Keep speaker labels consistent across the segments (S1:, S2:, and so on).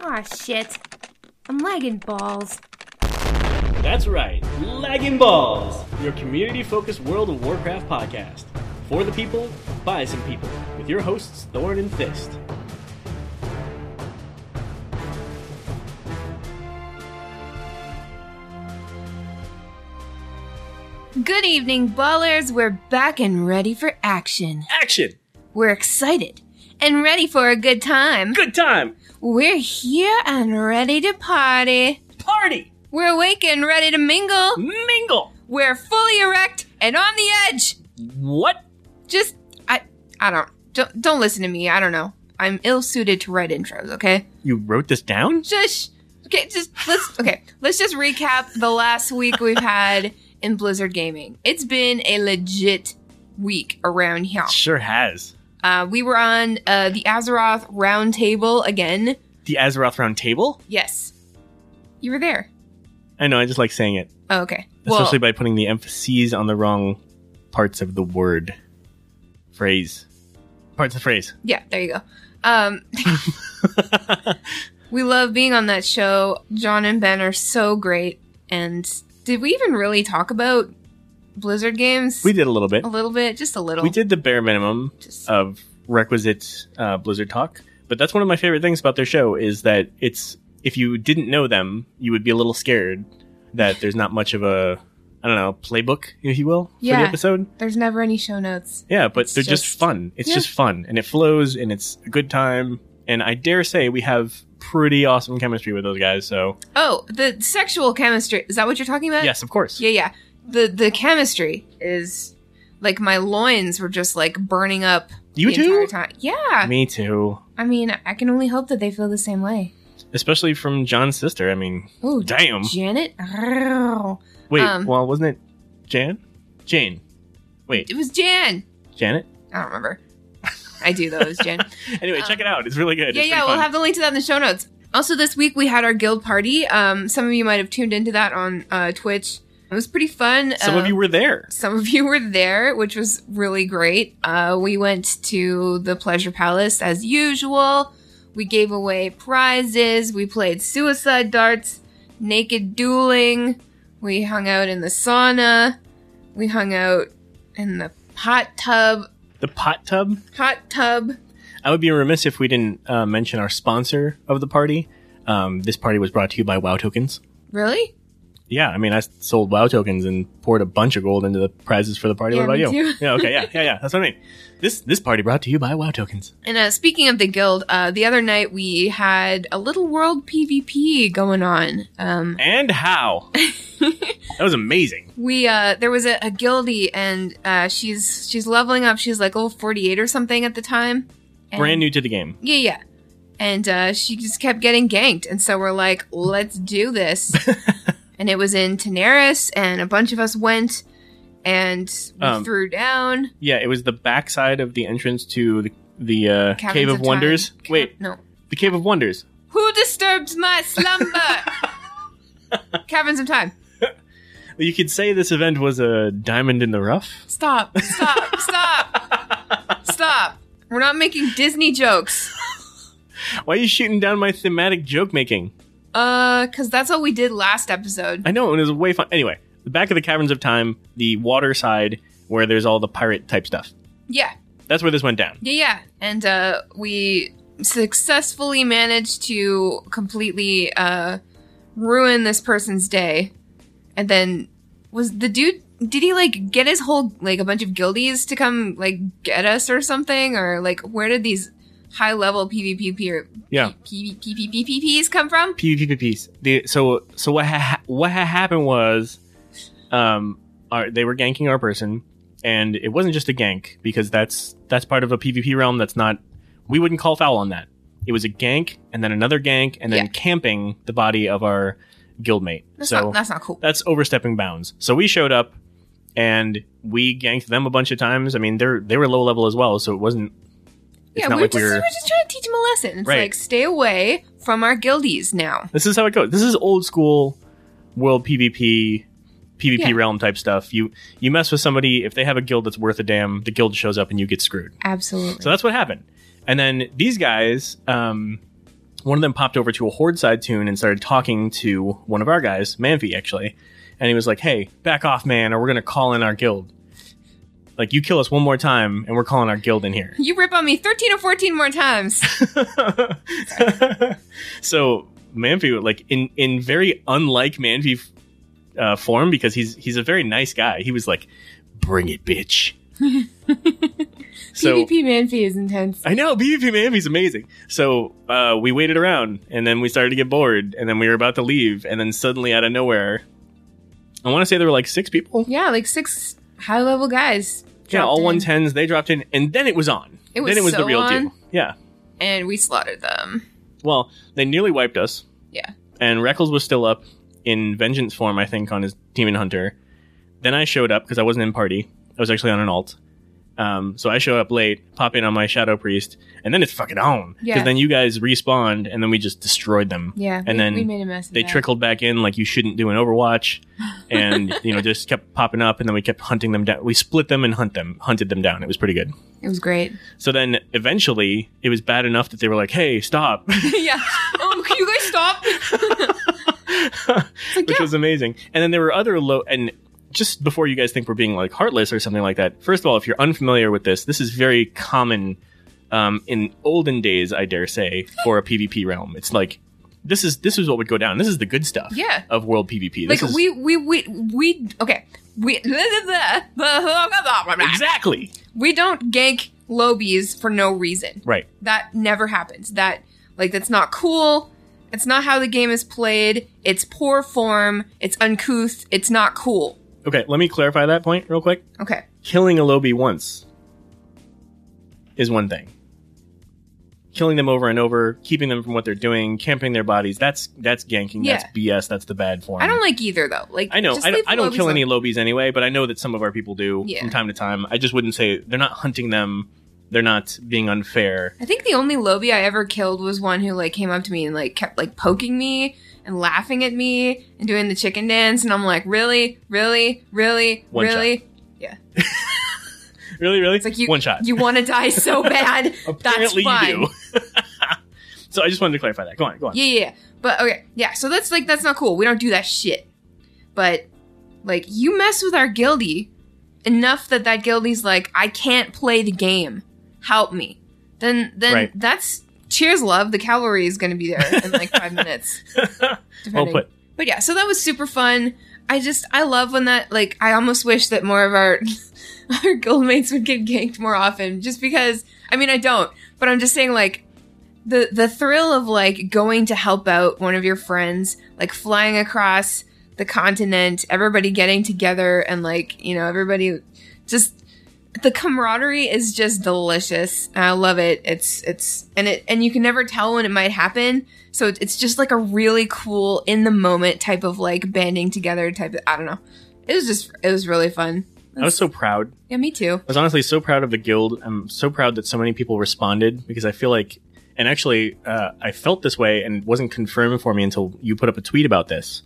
S1: Aw, shit. I'm lagging balls.
S2: That's right, Lagging Balls, your community focused World of Warcraft podcast. For the people, by some people, with your hosts Thorn and Fist.
S1: Good evening, ballers. We're back and ready for action.
S2: Action!
S1: We're excited and ready for a good time.
S2: Good time!
S1: We're here and ready to party.
S2: Party!
S1: We're awake and ready to mingle.
S2: Mingle!
S1: We're fully erect and on the edge.
S2: What?
S1: Just, I, I don't, don't, don't listen to me. I don't know. I'm ill suited to write intros. Okay.
S2: You wrote this down?
S1: Shush. Okay, just let's okay. Let's just recap the last week we've had in Blizzard gaming. It's been a legit week around here.
S2: Sure has.
S1: Uh, we were on uh, the Azeroth Roundtable again.
S2: The Azeroth Round Table?
S1: Yes, you were there.
S2: I know, I just like saying it,
S1: Oh, okay.
S2: especially by putting the emphases on the wrong parts of the word. Phrase. Parts of the phrase.
S1: yeah, there you go. Um, we love being on that show. John and Ben are so great. And did we even really talk about Blizzard games?
S2: we did a little bit.
S1: a little bit, just a little.
S2: We did the bare minimum
S1: Just,
S2: of requisite uh, Blizzard talk. But that's one of my favorite things about their show is that it's if you didn't know them, you would be a little scared that there's not much of a I don't know playbook, if you will, for
S1: Yeah.
S2: the episode.
S1: There's never any show notes.
S2: Yeah, but
S1: It's
S2: they're just,
S1: just-
S2: fun. It's
S1: yeah.
S2: just fun, and it flows, and it's a good time. And I dare say we have pretty awesome chemistry with those guys. So
S1: Oh, the sexual chemistry. Is that what you're talking about?
S2: yes, of course.
S1: Yeah, yeah. The the chemistry is like my loins were just like burning up
S2: you
S1: the entire
S2: too.
S1: time. Yeah.
S2: Me too.
S1: I mean, I can only hope that they feel the same way.
S2: Especially from John's sister. I mean,
S1: Oh,
S2: damn.
S1: Janet. Arrgh.
S2: Wait,
S1: Um,
S2: well, wasn't it Jan? Jane. Wait,
S1: It was Jan.
S2: Janet?
S1: I don't remember. I do though. It was Jan.
S2: Anyway,
S1: Um,
S2: check it out. It's really good.
S1: yeah,
S2: It's
S1: yeah.
S2: pretty
S1: We'll
S2: fun.
S1: have the link to that in the show notes. Also, this week we had our guild party. Um, some of you might have tuned into that on uh, Twitch. It was pretty fun.
S2: Some
S1: Um,
S2: of you were there.
S1: some of you were there, which was really great. Uh, we went to the Pleasure Palace as usual. We gave away prizes. We played suicide darts, naked dueling. We hung out in the sauna. We hung out in the hot tub.
S2: The pot tub.
S1: Hot tub.
S2: I would be remiss if we didn't uh, mention our sponsor of the party. Um, this party was brought to you by WoW tokens.
S1: Really?
S2: Yeah, I mean, I sold WoW tokens and poured a bunch of gold into the prizes for the party.
S1: Yeah,
S2: what about
S1: me
S2: you?
S1: too.
S2: yeah, okay, yeah, yeah, yeah. That's what I mean. This this party brought to you by WoW tokens.
S1: And uh, speaking of the guild, uh, the other night we had a little world PvP going on. Um,
S2: And how? that was amazing.
S1: we uh there was a, a guildie and uh she's she's leveling up she's like level 48 or something at the time and,
S2: Brand new to the game.
S1: yeah yeah and uh she just kept getting ganked and so we're like let's do this and it was in Daenerys and a bunch of us went and we
S2: Um,
S1: threw down
S2: Yeah, it was the backside of the entrance to the, the uh,
S1: Caverns
S2: Cave of,
S1: Time.
S2: Wonders.
S1: Ca-
S2: Wait,
S1: no
S2: the Cave of Wonders.
S1: who disturbs my slumber caverns of time
S2: You could say this event was a diamond in the rough.
S1: stop stop stop stop we're not making disney jokes
S2: Why are you shooting down my thematic joke making?
S1: Uh, cause that's what we did last episode.
S2: I know, and it was way fun. Anyway, the back of the Caverns of Time, the water side where there's all the pirate type stuff.
S1: Yeah,
S2: That's where this went down.
S1: yeah, yeah. And uh, we successfully managed to completely uh ruin this person's day. And then was the dude? Did he like get his whole like a bunch of guildies to come like get us or something? Or like where did these high level PvP peer
S2: Yeah.
S1: PvPPPPs come from?
S2: PvPPs. The, so so what ha- ha- what ha- happened was, um, our, they were ganking our person, and it wasn't just a gank because that's that's part of a PvP realm that's not. We wouldn't call foul on that. It was a gank, and then another gank, and then
S1: Yeah.
S2: camping the body of our guildmate.
S1: That's
S2: so
S1: not that's not cool.
S2: that's overstepping bounds. So we showed up and we ganked them a bunch of times. I mean, they're they were low level as well, so it wasn't. It's
S1: yeah,
S2: not
S1: we were,
S2: like
S1: just, we
S2: we were.
S1: were just trying to teach him a lesson. It's
S2: Right.
S1: like stay away from our guildies now.
S2: This is how it goes. This is old school world PvP, PvP
S1: Yeah.
S2: realm type stuff. You you mess with somebody if they have a guild that's worth a damn, the guild shows up and you get screwed.
S1: Absolutely.
S2: So that's what happened. And then these guys, um, one of them popped over to a horde side tune and started talking to one of our guys, Manvi actually, and he was like, "Hey, back off, man, or we're gonna call in our guild. Like, you kill us one more time, and we're calling our guild in here."
S1: You rip on me 13 or 14 more times.
S2: so Manvi, like in in very unlike Manvi uh, form, because he's he's a very nice guy. He was like, "Bring it, bitch." so
S1: PvP Manfi is intense.
S2: I know PvP Manvi's amazing. So uh, we waited around, and then we started to get bored, and then we were about to leave, and then suddenly out of nowhere, I want to say there were like six people.
S1: Yeah, like six high level guys.
S2: Yeah,
S1: dropped
S2: all
S1: in,
S2: one tens. They dropped in, and then it was on.
S1: It was
S2: then it was
S1: so
S2: the real
S1: on.
S2: deal. Yeah.
S1: And we slaughtered them.
S2: Well, they nearly wiped us.
S1: Yeah.
S2: And Reckles was still up in vengeance form, I think, on his demon hunter. Then I showed up because I wasn't in party. I was actually on an alt. Um, so I showed up late, pop in on my shadow priest, and then it's fucking on. Because
S1: Yeah.
S2: then you guys respawned, and then we just destroyed them.
S1: Yeah. we,
S2: And then
S1: we made a mess. of
S2: They
S1: that.
S2: trickled back in like you shouldn't do an Overwatch, and you know just kept popping up, and then we kept hunting them down. We split them and hunt them, hunted them down. It was pretty good.
S1: It was great.
S2: So then eventually it was bad enough that they were like, "Hey, stop!"
S1: yeah. Oh, can you guys stop? It's like,
S2: which
S1: yeah.
S2: was amazing. And then there were other low and just before you guys think we're being like heartless or something like that. First of all, if you're unfamiliar with this, this is very common um, in olden days, I dare say, for a PvP realm. It's like this is this is what would go down. This is the good stuff
S1: Yeah.
S2: of world PvP. This
S1: Like
S2: is,
S1: we we we we okay. We
S2: exactly
S1: we don't gank lobies for no reason.
S2: right.
S1: That never happens. That like that's not cool. It's not how the game is played. It's poor form. It's uncouth. It's not cool.
S2: Okay, let me clarify that point real quick.
S1: Okay.
S2: Killing a lobby once is one thing. Killing them over and over, keeping them from what they're doing, camping their bodies—that's that's ganking.
S1: Yeah.
S2: That's BS. That's the bad form.
S1: I don't like either though. Like
S2: I know.
S1: just
S2: I don't,
S1: leave
S2: I don't
S1: the
S2: kill
S1: lobies
S2: any lobies anyway, but I know that some of our people do
S1: Yeah.
S2: from time to time. I just wouldn't say they're not hunting them. They're not being unfair.
S1: I think the only Lobby I ever killed was one who like came up to me and like kept like poking me and laughing at me and doing the chicken dance, and I'm like, really, really, really,
S2: One
S1: really.
S2: Really, really?
S1: It's like you
S2: One shot.
S1: You want to die so bad.
S2: Apparently
S1: that's
S2: you do. so I just wanted to clarify that. Go on, go on.
S1: yeah, yeah, yeah. But okay, yeah. So that's like that's not cool. We don't do that shit. But like you mess with our guildie enough that that guildie's like, I can't play the game. Help me. Then then
S2: Right.
S1: that's cheers, love. The cavalry is going to be there in like five minutes.
S2: well
S1: depending.
S2: put.
S1: But yeah, so that was super fun. I just I love when that like I almost wish that more of our our guildmates would get ganked more often just because I mean I don't, but I'm just saying like the the thrill of like going to help out one of your friends, like flying across the continent, everybody getting together and like, you know, everybody just the camaraderie is just delicious. I love it. It's it's and it and you can never tell when it might happen. So it- it's just like a really cool in the moment type of like banding together type of I don't know. It was just it was really fun.
S2: I was so proud.
S1: Yeah, me too.
S2: I was honestly so proud of the guild. I'm so proud that so many people responded because I feel like, and actually, uh, I felt this way and it wasn't confirmed for me until you put up a tweet about this.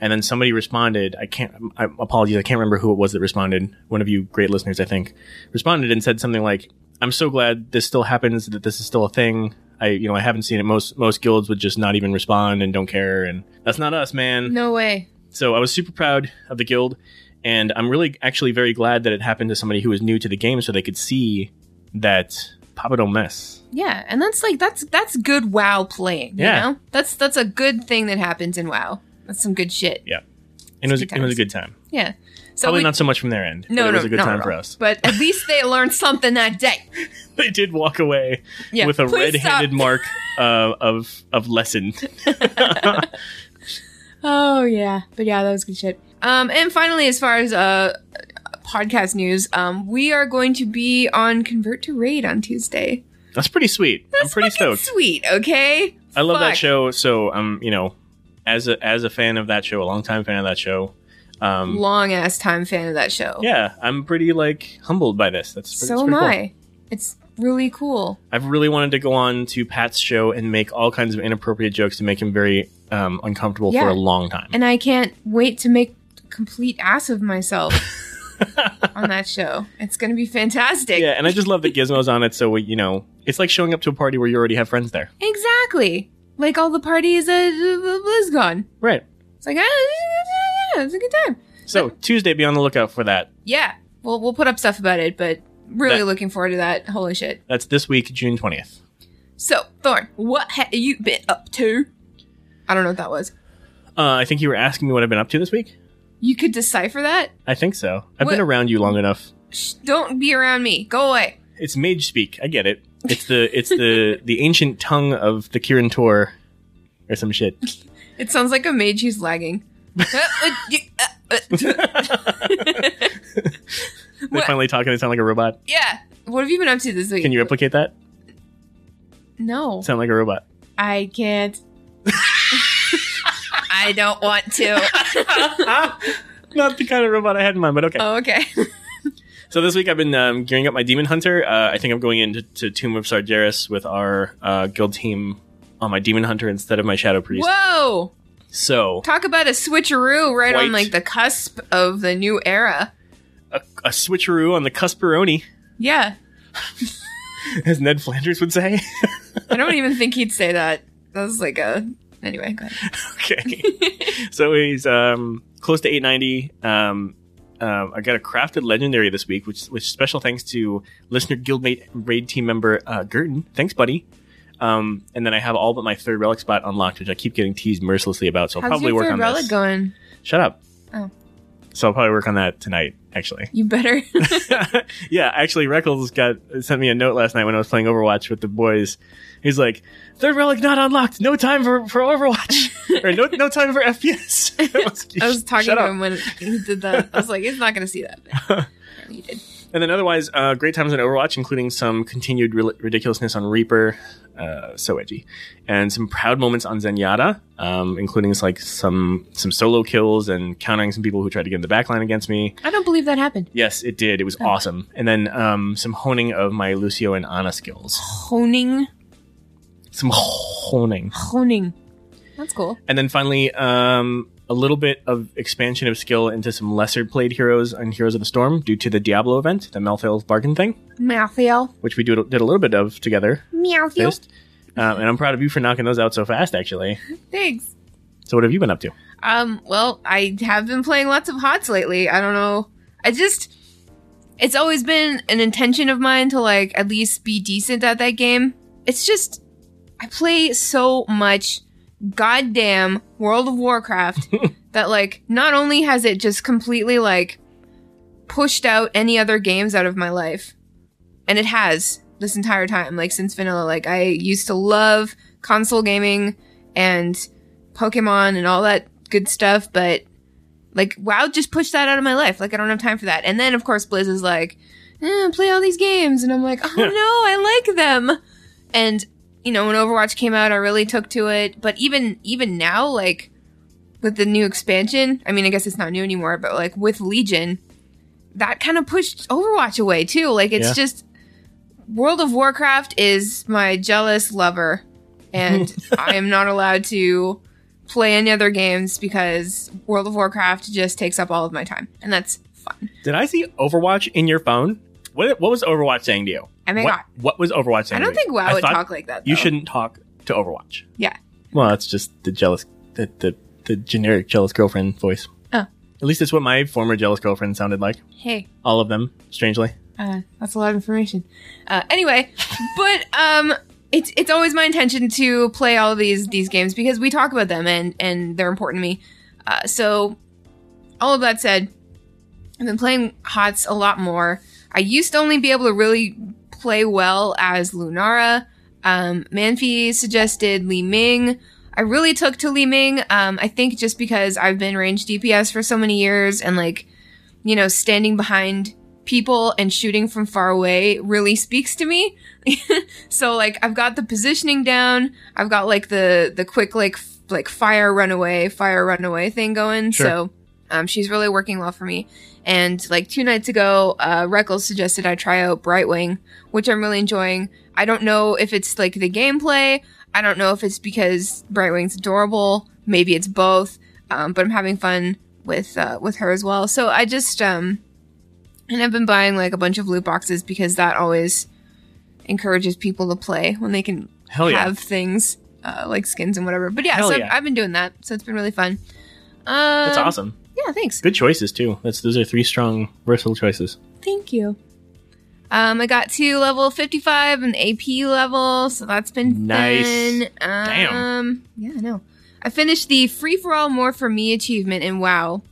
S2: And then somebody responded. I can't, I, apologies, I can't remember who it was that responded. One of you great listeners, I think, responded and said something like, I'm so glad this still happens, that this is still a thing. I, you know, I haven't seen it. Most, most guilds would just not even respond and don't care. And that's not us, man.
S1: No way.
S2: So I was super proud of the guild, and I'm really actually very glad that it happened to somebody who was new to the game so they could see that Papa don't mess.
S1: Yeah, and that's like that's that's good WoW playing. You
S2: Yeah.
S1: know? that's that's a good thing that happens in Wow. That's some good shit.
S2: And it was,
S1: It's
S2: it
S1: good
S2: was
S1: times.
S2: a good time.
S1: Yeah. So
S2: Probably
S1: we-
S2: not so much from their end.
S1: No,
S2: but it
S1: no,
S2: was a good
S1: not
S2: time
S1: at
S2: for
S1: all.
S2: us.
S1: But at least they learned something that day.
S2: They did walk away
S1: Yeah,
S2: with a
S1: please stop.
S2: red-handed mark uh, of of lesson.
S1: Oh yeah, but yeah, that was good shit. Um, and finally, as far as uh, podcast news, um, we are going to be on Convert to Raid on Tuesday.
S2: That's pretty sweet.
S1: That's
S2: I'm pretty
S1: fucking
S2: stoked.
S1: Sweet, okay.
S2: I love that
S1: Fuck.
S2: show. So I'm, you know, as a as a fan of that show, a longtime fan of that show. Um,
S1: Long ass time fan of that show.
S2: yeah, I'm pretty like humbled by this. That's pretty,
S1: So
S2: it's
S1: am
S2: pretty cool.
S1: I. It's really cool.
S2: I've really wanted to go on to Pat's show and make all kinds of inappropriate jokes to make him very um, uncomfortable for
S1: Yeah.
S2: a long time.
S1: and I can't wait to make a complete ass of myself on that show. It's going to be fantastic.
S2: yeah, and I just love that Gizmo's on it, so we, you know, it's like showing up to a party where you already have friends there.
S1: Exactly. like all the parties at uh, BlizzCon.
S2: Right.
S1: It's like, ah, yeah, it's a good time.
S2: So Tuesday, be on the lookout for that.
S1: Yeah, we'll we'll put up stuff about it, but really
S2: That-
S1: looking forward to that. Holy shit!
S2: That's this week, June twentieth.
S1: So Thorn, what have you been up to? I don't know what that was.
S2: Uh, I think you were asking me what I've been up to this week.
S1: You could decipher that.
S2: I think so. I've
S1: What-
S2: been around you long enough.
S1: Shh, don't be around me. Go away.
S2: It's mage speak. I get it. It's the it's the the ancient tongue of the Kirin Tor, or some shit.
S1: It sounds like a mage who's lagging. Uh, uh, you- uh, uh.
S2: They
S1: What?
S2: finally talk and they sound like a robot.
S1: yeah. What have you been up to this week?
S2: Can you replicate that?
S1: no,
S2: Sound like a robot.
S1: I can't. I don't want to.
S2: Not the kind of robot I had in mind, but okay.
S1: oh, okay.
S2: So this week I've been um, gearing up my Demon Hunter. Uh, I think I'm going into to Tomb of Sargeras with our uh, guild team on my Demon Hunter instead of my Shadow Priest.
S1: Whoa!
S2: So
S1: Talk about a switcheroo right
S2: Quite.
S1: on like the cusp of the new era.
S2: a, a switcheroo on the cusperoni,
S1: Yeah.
S2: as Ned Flanders would say.
S1: I don't even think he'd say that. That was like a anyway. Go ahead.
S2: okay. so he's um, close to 890. Um, um, I got a crafted legendary this week, which which special thanks to listener guildmate raid team member uh, Gurton. Thanks, buddy. Um, and then I have all but my third relic spot unlocked, which I keep getting teased mercilessly about. So I'll
S1: How's
S2: probably
S1: your
S2: work
S1: third
S2: on
S1: relic
S2: this.
S1: going?
S2: Shut up.
S1: Oh.
S2: So I'll probably work on that tonight, actually.
S1: You better.
S2: yeah, actually, Reckles got sent me a note last night when I was playing Overwatch with the boys. He's like, "Third relic not unlocked. No time for, for Overwatch, or no no time for FPS." I was,
S1: I was talking
S2: Shut
S1: to
S2: up.
S1: him when he did that. I was like, he's not going to see that. But apparently he did.
S2: And then otherwise, uh, great times on Overwatch, including some continued rel- ridiculousness on Reaper, uh, so edgy, and some proud moments on Zenyatta, um, including like some some solo kills and countering some people who tried to get in the backline against me.
S1: I don't believe that happened.
S2: Yes, it did. It
S1: Oh.
S2: was awesome. And then um, some honing of my Lucio and Ana skills.
S1: Honing,
S2: Some honing.
S1: honing. That's cool.
S2: And then finally, um, a little bit of expansion of skill into some lesser played heroes and Heroes of the Storm due to the Diablo event, the Malthael's Bargain thing,
S1: Malthiel.
S2: which we do, did a little bit of together.
S1: Malthiel.
S2: Fist. Um, and I'm proud of you for knocking those out so fast, actually.
S1: Thanks.
S2: So, what have you been up to?
S1: Um, well, I have been playing lots of HOTS lately. I don't know. I just it's always been an intention of mine to like at least be decent at that game. It's just I play so much goddamn World of Warcraft that like not only has it just completely like pushed out any other games out of my life and it has this entire time like since vanilla like I used to love console gaming and Pokemon and all that good stuff, but like WoW just pushed that out of my life. Like I don't have time for that. And then of course Blizz is like, eh, play all these games, and I'm like, oh
S2: Yeah.
S1: no, I like them. And you know when Overwatch came out, I really took to it. But even even now, like with the new expansion, I mean, I guess it's not new anymore, but like with Legion, that kind of pushed Overwatch away too. Like it's
S2: Yeah.
S1: just World of Warcraft is my jealous lover, and I am not allowed to play any other games because World of Warcraft just takes up all of my time, and that's fun.
S2: Did I see Overwatch in your phone? What, what was Overwatch saying to you?
S1: Oh my
S2: what,
S1: God.
S2: What was Overwatch saying
S1: I don't
S2: to you?
S1: think WoW would
S2: thought-
S1: talk like that.
S2: You
S1: though.
S2: shouldn't talk to Overwatch.
S1: Um, Yeah.
S2: Well, that's just the jealous, the, the, the generic jealous girlfriend voice.
S1: Oh.
S2: At least it's what my former jealous girlfriend sounded like.
S1: Hey,
S2: All of them, strangely.
S1: Uh, that's a lot of information. Uh, anyway, but um, it's it's always my intention to play all these these games because we talk about them and and they're important to me. Uh, so, all of that said, I've been playing HOTS a lot more. I used to only be able to really play well as Lunara. Um, Manfi suggested Li Ming. I really took to Li Ming. Um, I think just because I've been range DPS for so many years and like, you know, standing behind people and shooting from far away really speaks to me. so like I've got the positioning down. I've got like the the quick like f- like fire runaway, fire runaway thing going.
S2: Sure.
S1: So um, she's really working well for me. And like two nights ago, uh, Reckles suggested I try out Brightwing, which I'm really enjoying. I don't know if it's like the gameplay. I don't know if it's because Brightwing's adorable. Maybe it's both. Um, but I'm having fun with uh, with her as well. So I just um, and I've been buying like a bunch of loot boxes because that always encourages people to play when they can
S2: Hell Oh, yeah.
S1: have things. uh, like skins and whatever. But yeah,
S2: Hell
S1: so I've,
S2: yeah.
S1: I've been doing that, so it's been really fun. Um,
S2: That's awesome.
S1: Yeah, thanks.
S2: Good choices too. That's those are three strong, versatile choices.
S1: Thank you. Um, I got to level 55 and AP level, so that's been
S2: Nice.
S1: Fun. Um,
S2: Damn.
S1: Yeah, I know. I finished the free for all more for me achievement in WoW,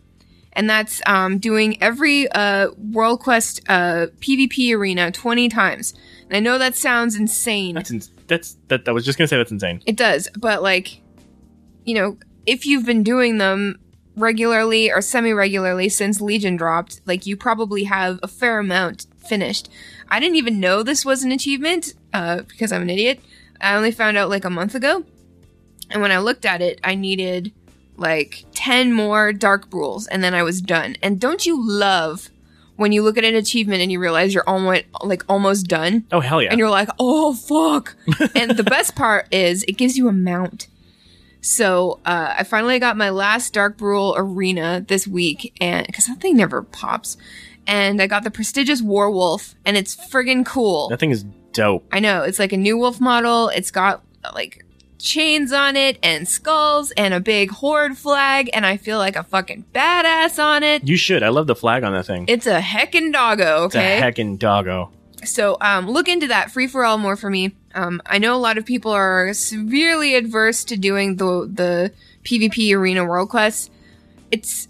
S1: and that's um, doing every uh, World Quest uh, PvP arena 20 times. And I know that sounds insane.
S2: That's ins that's that. I was just gonna say that's insane.
S1: It does, but like, you know, if you've been doing them regularly or semi regularly since Legion dropped, like, you probably have a fair amount finished. I didn't even know this was an achievement uh, because I'm an idiot. I only found out like a month ago. And when I looked at it, I needed like 10 more dark rules and then I was done. And don't you love when you look at an achievement and you realize you're almost like almost done?
S2: Oh hell yeah!
S1: and you're like, oh fuck. and the best part is it gives you a mount. So uh, I finally got my last Dark Brule arena this week, and because that thing never pops, and I got the prestigious Warwolf, and it's friggin' cool.
S2: That thing is dope.
S1: I know it's like a new wolf model. It's got like chains on it and skulls and a big horde flag, and I feel like a fucking badass on it.
S2: You should. I love the flag on that thing.
S1: It's a heckin' doggo.
S2: It's a
S1: Okay,
S2: heckin' doggo.
S1: so um, look into that free for all more for me. Um, I know a lot of people are severely adverse to doing the the PvP arena world quests. It's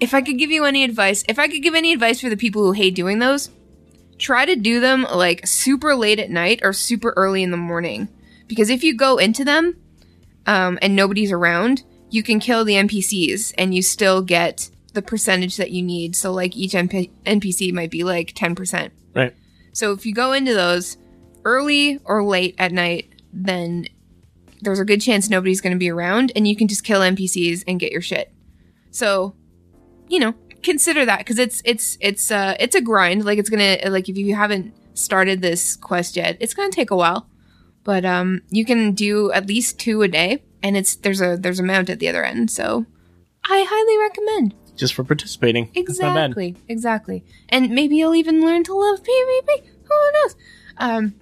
S1: if I could give you any advice, if I could give any advice for the people who hate doing those, try to do them like super late at night or super early in the morning. Because if you go into them um, and nobody's around, you can kill the NPCs and you still get the percentage that you need. So like each NP- NPC might be like ten percent.
S2: Right.
S1: So if you go into those early or late at night, then there's a good chance nobody's going to be around and you can just kill NPCs and get your shit. So, you know, consider that cuz it's it's it's uh it's a grind. Like it's going to like if you haven't started this quest yet, it's going to take a while. But um you can do at least 2 a day and it's there's a there's a mount at the other end. So, I highly recommend.
S2: Just for participating. It's not bad.
S1: Exactly. Exactly. And maybe you'll even learn to love PvP. Who knows? Um,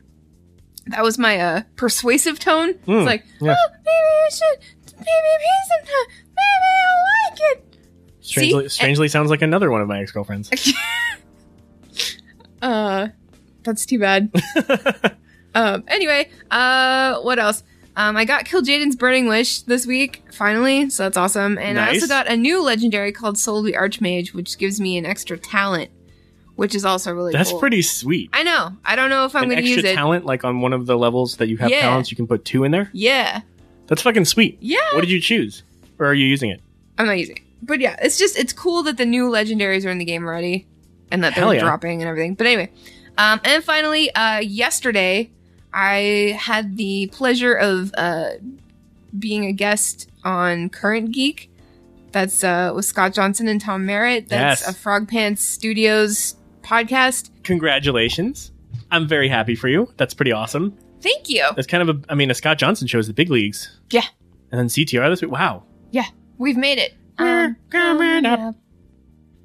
S1: that was my uh, persuasive tone.
S2: Mm,
S1: it's like,
S2: yeah.
S1: oh, maybe you should PvP sometime. Maybe you'll like it.
S2: Strangely,
S1: See?
S2: strangely sounds like another one of my ex girlfriends.
S1: Uh, that's too bad. um, anyway, uh, what else? Um, I got Kill Jaden's Burning Wish this week, finally, so that's awesome. And I
S2: Nice.
S1: also got a new legendary called Soul of the Archmage, which gives me an extra talent, which is also really
S2: That's
S1: cool.
S2: pretty sweet.
S1: I know. I don't know if I'm
S2: An
S1: going to
S2: extra
S1: use it.
S2: talent, like on one of the levels that you have
S1: Yeah.
S2: talents, you can put two in there.
S1: Yeah.
S2: That's fucking sweet.
S1: Yeah.
S2: What did you choose? Or are you using it?
S1: I'm not using it. But yeah, it's just, it's cool that the new legendaries are in the game already and that
S2: Hell
S1: they're
S2: yeah.
S1: dropping and everything. But anyway. Um, and finally, uh, yesterday, I had the pleasure of uh, being a guest on Current Geek. That's uh, with Scott Johnson and Tom Merritt. That's
S2: Yes.
S1: a Frog Pants Studios podcast.
S2: Congratulations. I'm very happy for you. That's pretty awesome.
S1: Thank you.
S2: That's kind of a, I mean, a Scott Johnson shows the big leagues.
S1: Yeah.
S2: And then CTR this week. Wow.
S1: We've made it. Um,
S2: We're coming up.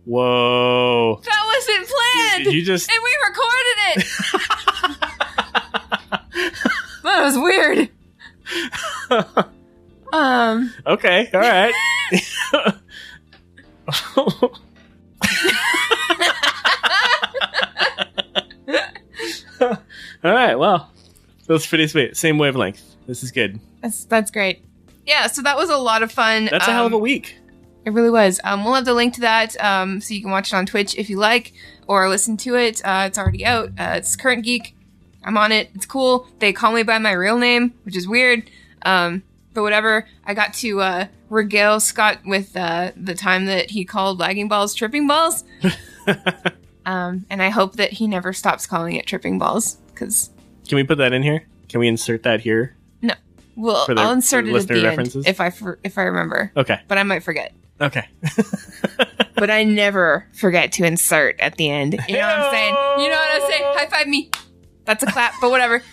S2: Whoa.
S1: That wasn't planned.
S2: Did you just
S1: and we recorded it. that was weird. Um,
S2: Okay, all right. all right, well, that's pretty sweet. Same wavelength. This is good.
S1: that's that's great. Yeah, so that was a lot of fun.
S2: That's a hell of a
S1: Um,
S2: week.
S1: It really was. Um, we'll have the link to that, um, so you can watch it on Twitch if you like, or listen to it. Uh, it's already out. Uh, it's Current Geek. I'm on it. It's cool. They call me by my real name, which is weird. Um, but whatever. I got to uh, regale Scott with uh, the time that he called lagging balls tripping balls. um, and I hope that he never stops calling it tripping balls because
S2: Can we put that in here? Can we insert that here?
S1: Well,
S2: for the-
S1: I'll
S2: for
S1: insert
S2: the
S1: it at
S2: listener
S1: the
S2: references?
S1: end if I for, if I remember,
S2: Okay,
S1: but I might forget.
S2: okay.
S1: But I never forget to insert at the end. You know what I'm saying? You know what I'm saying? High five me. That's a clap, but whatever.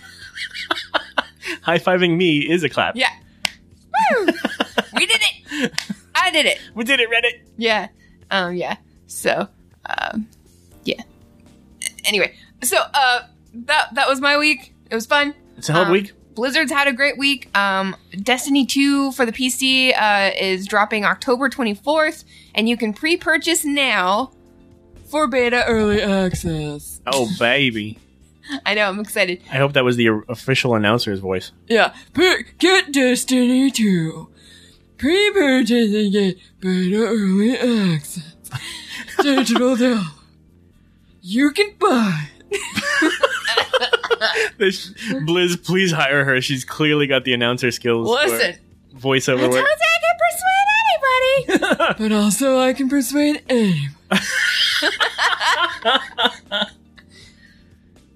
S2: High fiving me is a clap.
S1: Yeah. Woo! we did it. I did it.
S2: We did it, Reddit.
S1: Yeah. Um. Yeah. So. Um. Yeah. Anyway. So. Uh. That that was my week. It was fun.
S2: It's a hell of a
S1: Um,
S2: week.
S1: Blizzard's had a great week. Um, Destiny 2 for the PC uh, is dropping October 24th, and you can pre purchase now for beta early access.
S2: Oh baby!
S1: I know, I'm excited.
S2: I hope that was the official announcer's voice.
S1: Yeah, per- get Destiny 2. Pre purchase and get beta early access. Digital download. You can buy.
S2: This- Blizz, please hire her. She's clearly got the announcer skills. for
S1: Listen,
S2: voiceover work.
S1: I can persuade anybody. but also, I can persuade anyone.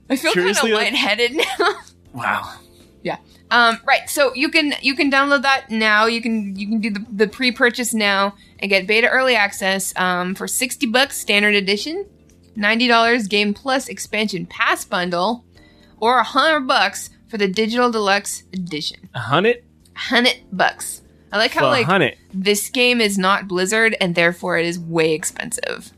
S1: I feel kind of
S2: Curiously, like-
S1: lightheaded now.
S2: Wow.
S1: Um, right, so you can you can download that now. You can you can do the, the pre-purchase now and get beta early access um, for sixty bucks standard edition, ninety dollars game plus expansion pass bundle, or hundred bucks for the digital deluxe edition.
S2: A hundred
S1: Hundred bucks. I like
S2: for
S1: how
S2: a
S1: like
S2: hundred.
S1: this game is not Blizzard and therefore it is way expensive.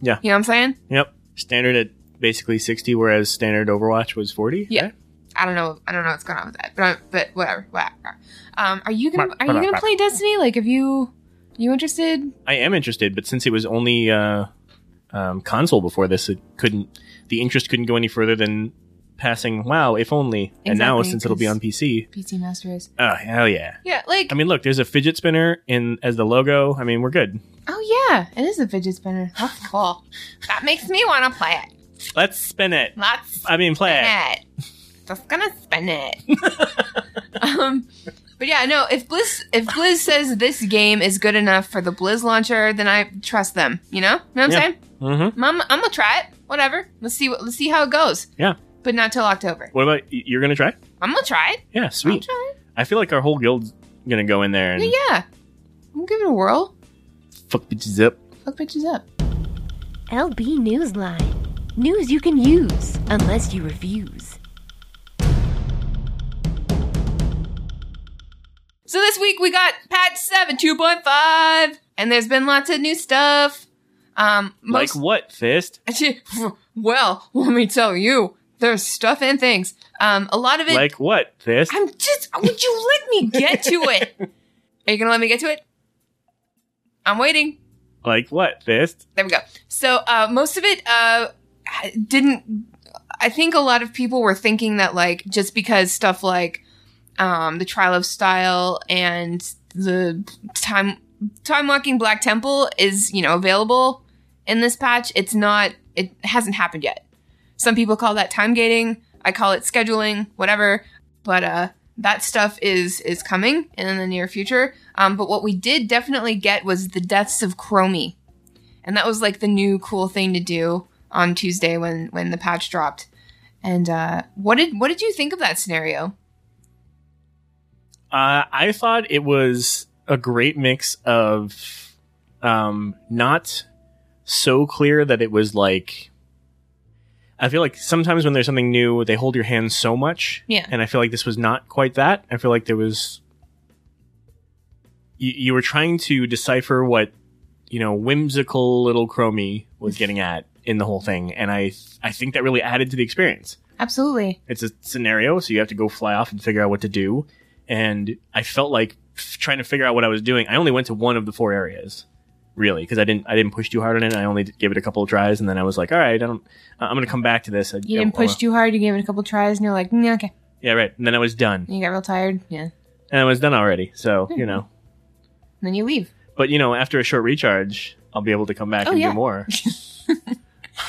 S2: Yeah.
S1: You know what I'm saying?
S2: Yep. Standard at basically sixty, whereas standard Overwatch was forty.
S1: Yeah.
S2: right?
S1: I don't know. I don't know what's going on with that, but I, but whatever. Whatever. Um, are you gonna are you gonna play Destiny? Like, have you you interested?
S2: I am interested, but since it was only uh, um, console before this, it couldn't. The interest couldn't go any further than passing. Wow, if only. and now
S1: Exactly,
S2: since it'll be
S1: 'cause-
S2: on PC,
S1: PT Master Race.
S2: oh hell yeah!
S1: Yeah, like
S2: I mean, look, there's a fidget spinner in as the logo. I mean, we're good.
S1: oh yeah, it is a fidget spinner. That's cool. that makes me want to play it.
S2: Let's spin it.
S1: Let's
S2: I mean, play it.
S1: spin it. Just gonna spin it. um, but yeah, no. If Blizz if Blizz says this game is good enough for the Blizz launcher, then I trust them. You know, know what I'm
S2: Yeah.
S1: saying?
S2: Mm-hmm.
S1: Mom, I'm gonna try it. Whatever. Let's see what. Let's see how it goes.
S2: Yeah.
S1: But not till October.
S2: What about y- you're gonna try?
S1: I'm gonna try it.
S2: Yeah,
S1: I'll
S2: sweet.
S1: try it.
S2: I feel like our whole guild's gonna go in there and
S1: Yeah, yeah. I'm gonna give it a whirl.
S2: fuck bitches up.
S1: Fuck bitches up.
S3: LB Newsline. News you can use, unless you refuse.
S1: So this week we got patch seven two point five, and there's been lots of new stuff. Um, most
S2: Like what, fist?
S1: well, let me tell you, there's stuff and things. Um, a lot of it.
S2: Like what, fist?
S1: I'm just. Would you let me get to it? Are you gonna let me get to it? I'm waiting.
S2: Like what, fist?
S1: There we go. So uh, most of it uh, didn't. I think a lot of people were thinking that like just because stuff like um, the Trial of Style and the time time walking Black Temple is you know available in this patch, it's not. It hasn't happened yet. Some people call that time gating. I call it scheduling. Whatever. But uh, that stuff is is coming in the near future. Um, but what we did definitely get was the deaths of Chromie and that was like the new cool thing to do on Tuesday when when the patch dropped. And uh, what did what did you think of that scenario?
S2: Uh, I thought it was a great mix of um, not so clear that it was like. I feel like sometimes when there's something new, they hold your hand so much.
S1: Yeah.
S2: And I feel like this was not quite that. I feel like there was. You, you were trying to decipher what, you know, whimsical little Chromie was getting at in the whole thing, and I I think that really added to the experience
S1: Absolutely.
S2: it's a scenario, so you have to go fly off and figure out what to do. And I felt like f- trying to figure out what I was doing. I only went to one of the four areas, really, because I didn't I didn't push too hard on it. I only d- gave it a couple of tries, and then I was like, all right, I don't, I- I'm gonna come back to this. I,
S1: You didn't
S2: I- I-
S1: push too hard. You gave it a couple tries, and you're like, "Mm, okay.
S2: yeah, right. And then I was done,
S1: And you got real tired. Yeah. And
S2: and I was done already. So
S1: Hmm.
S2: you know,
S1: then you leave.
S2: but you know, after a short recharge, I'll be able to come back
S1: Oh,
S2: and
S1: yeah.
S2: do more.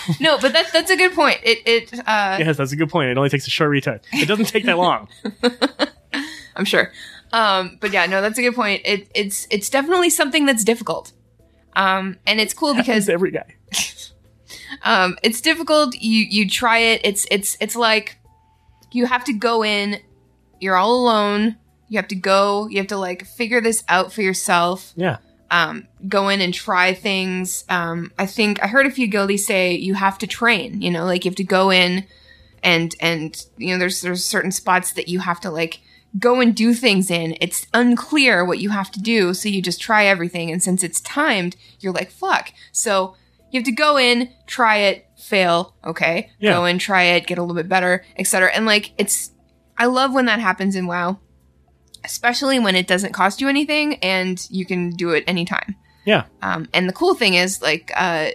S1: no, but that's that's a good point. It it uh,
S2: yes, that's a good point. It only takes a short recharge. It doesn't take that long.
S1: I'm sure. Um, but yeah, no, that's a good point. It it's it's definitely something that's difficult. Um, and it's cool because
S2: Happens to every guy.
S1: um, it's difficult. You you try it. It's it's it's like you have to go in. You're all alone. You have to go. You have to like figure this out for yourself.
S2: Yeah.
S1: Um, go in and try things. Um, I think I heard a few guildies say you have to train. You know, like you have to go in and and you know there's there's certain spots that you have to like go and do things in it's unclear what you have to do so you just try everything and since it's timed you're like fuck so you have to go in try it fail okay
S2: Yeah.
S1: go in try it get a little bit better etc and like it's I love when that happens in WoW, especially when it doesn't cost you anything and you can do it anytime.
S2: Yeah.
S1: Um, and the cool thing is, like, uh,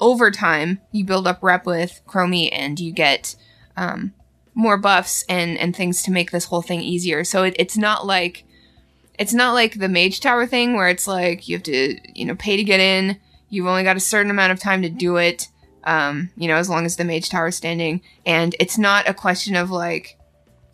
S1: over time, you build up rep with Chromie and you get um, more buffs and, and things to make this whole thing easier. So it, it's not like it's not like the Mage Tower thing where it's like you have to you know pay to get in. You've only got a certain amount of time to do it. Um, you know, as long as the Mage Tower is standing, and it's not a question of like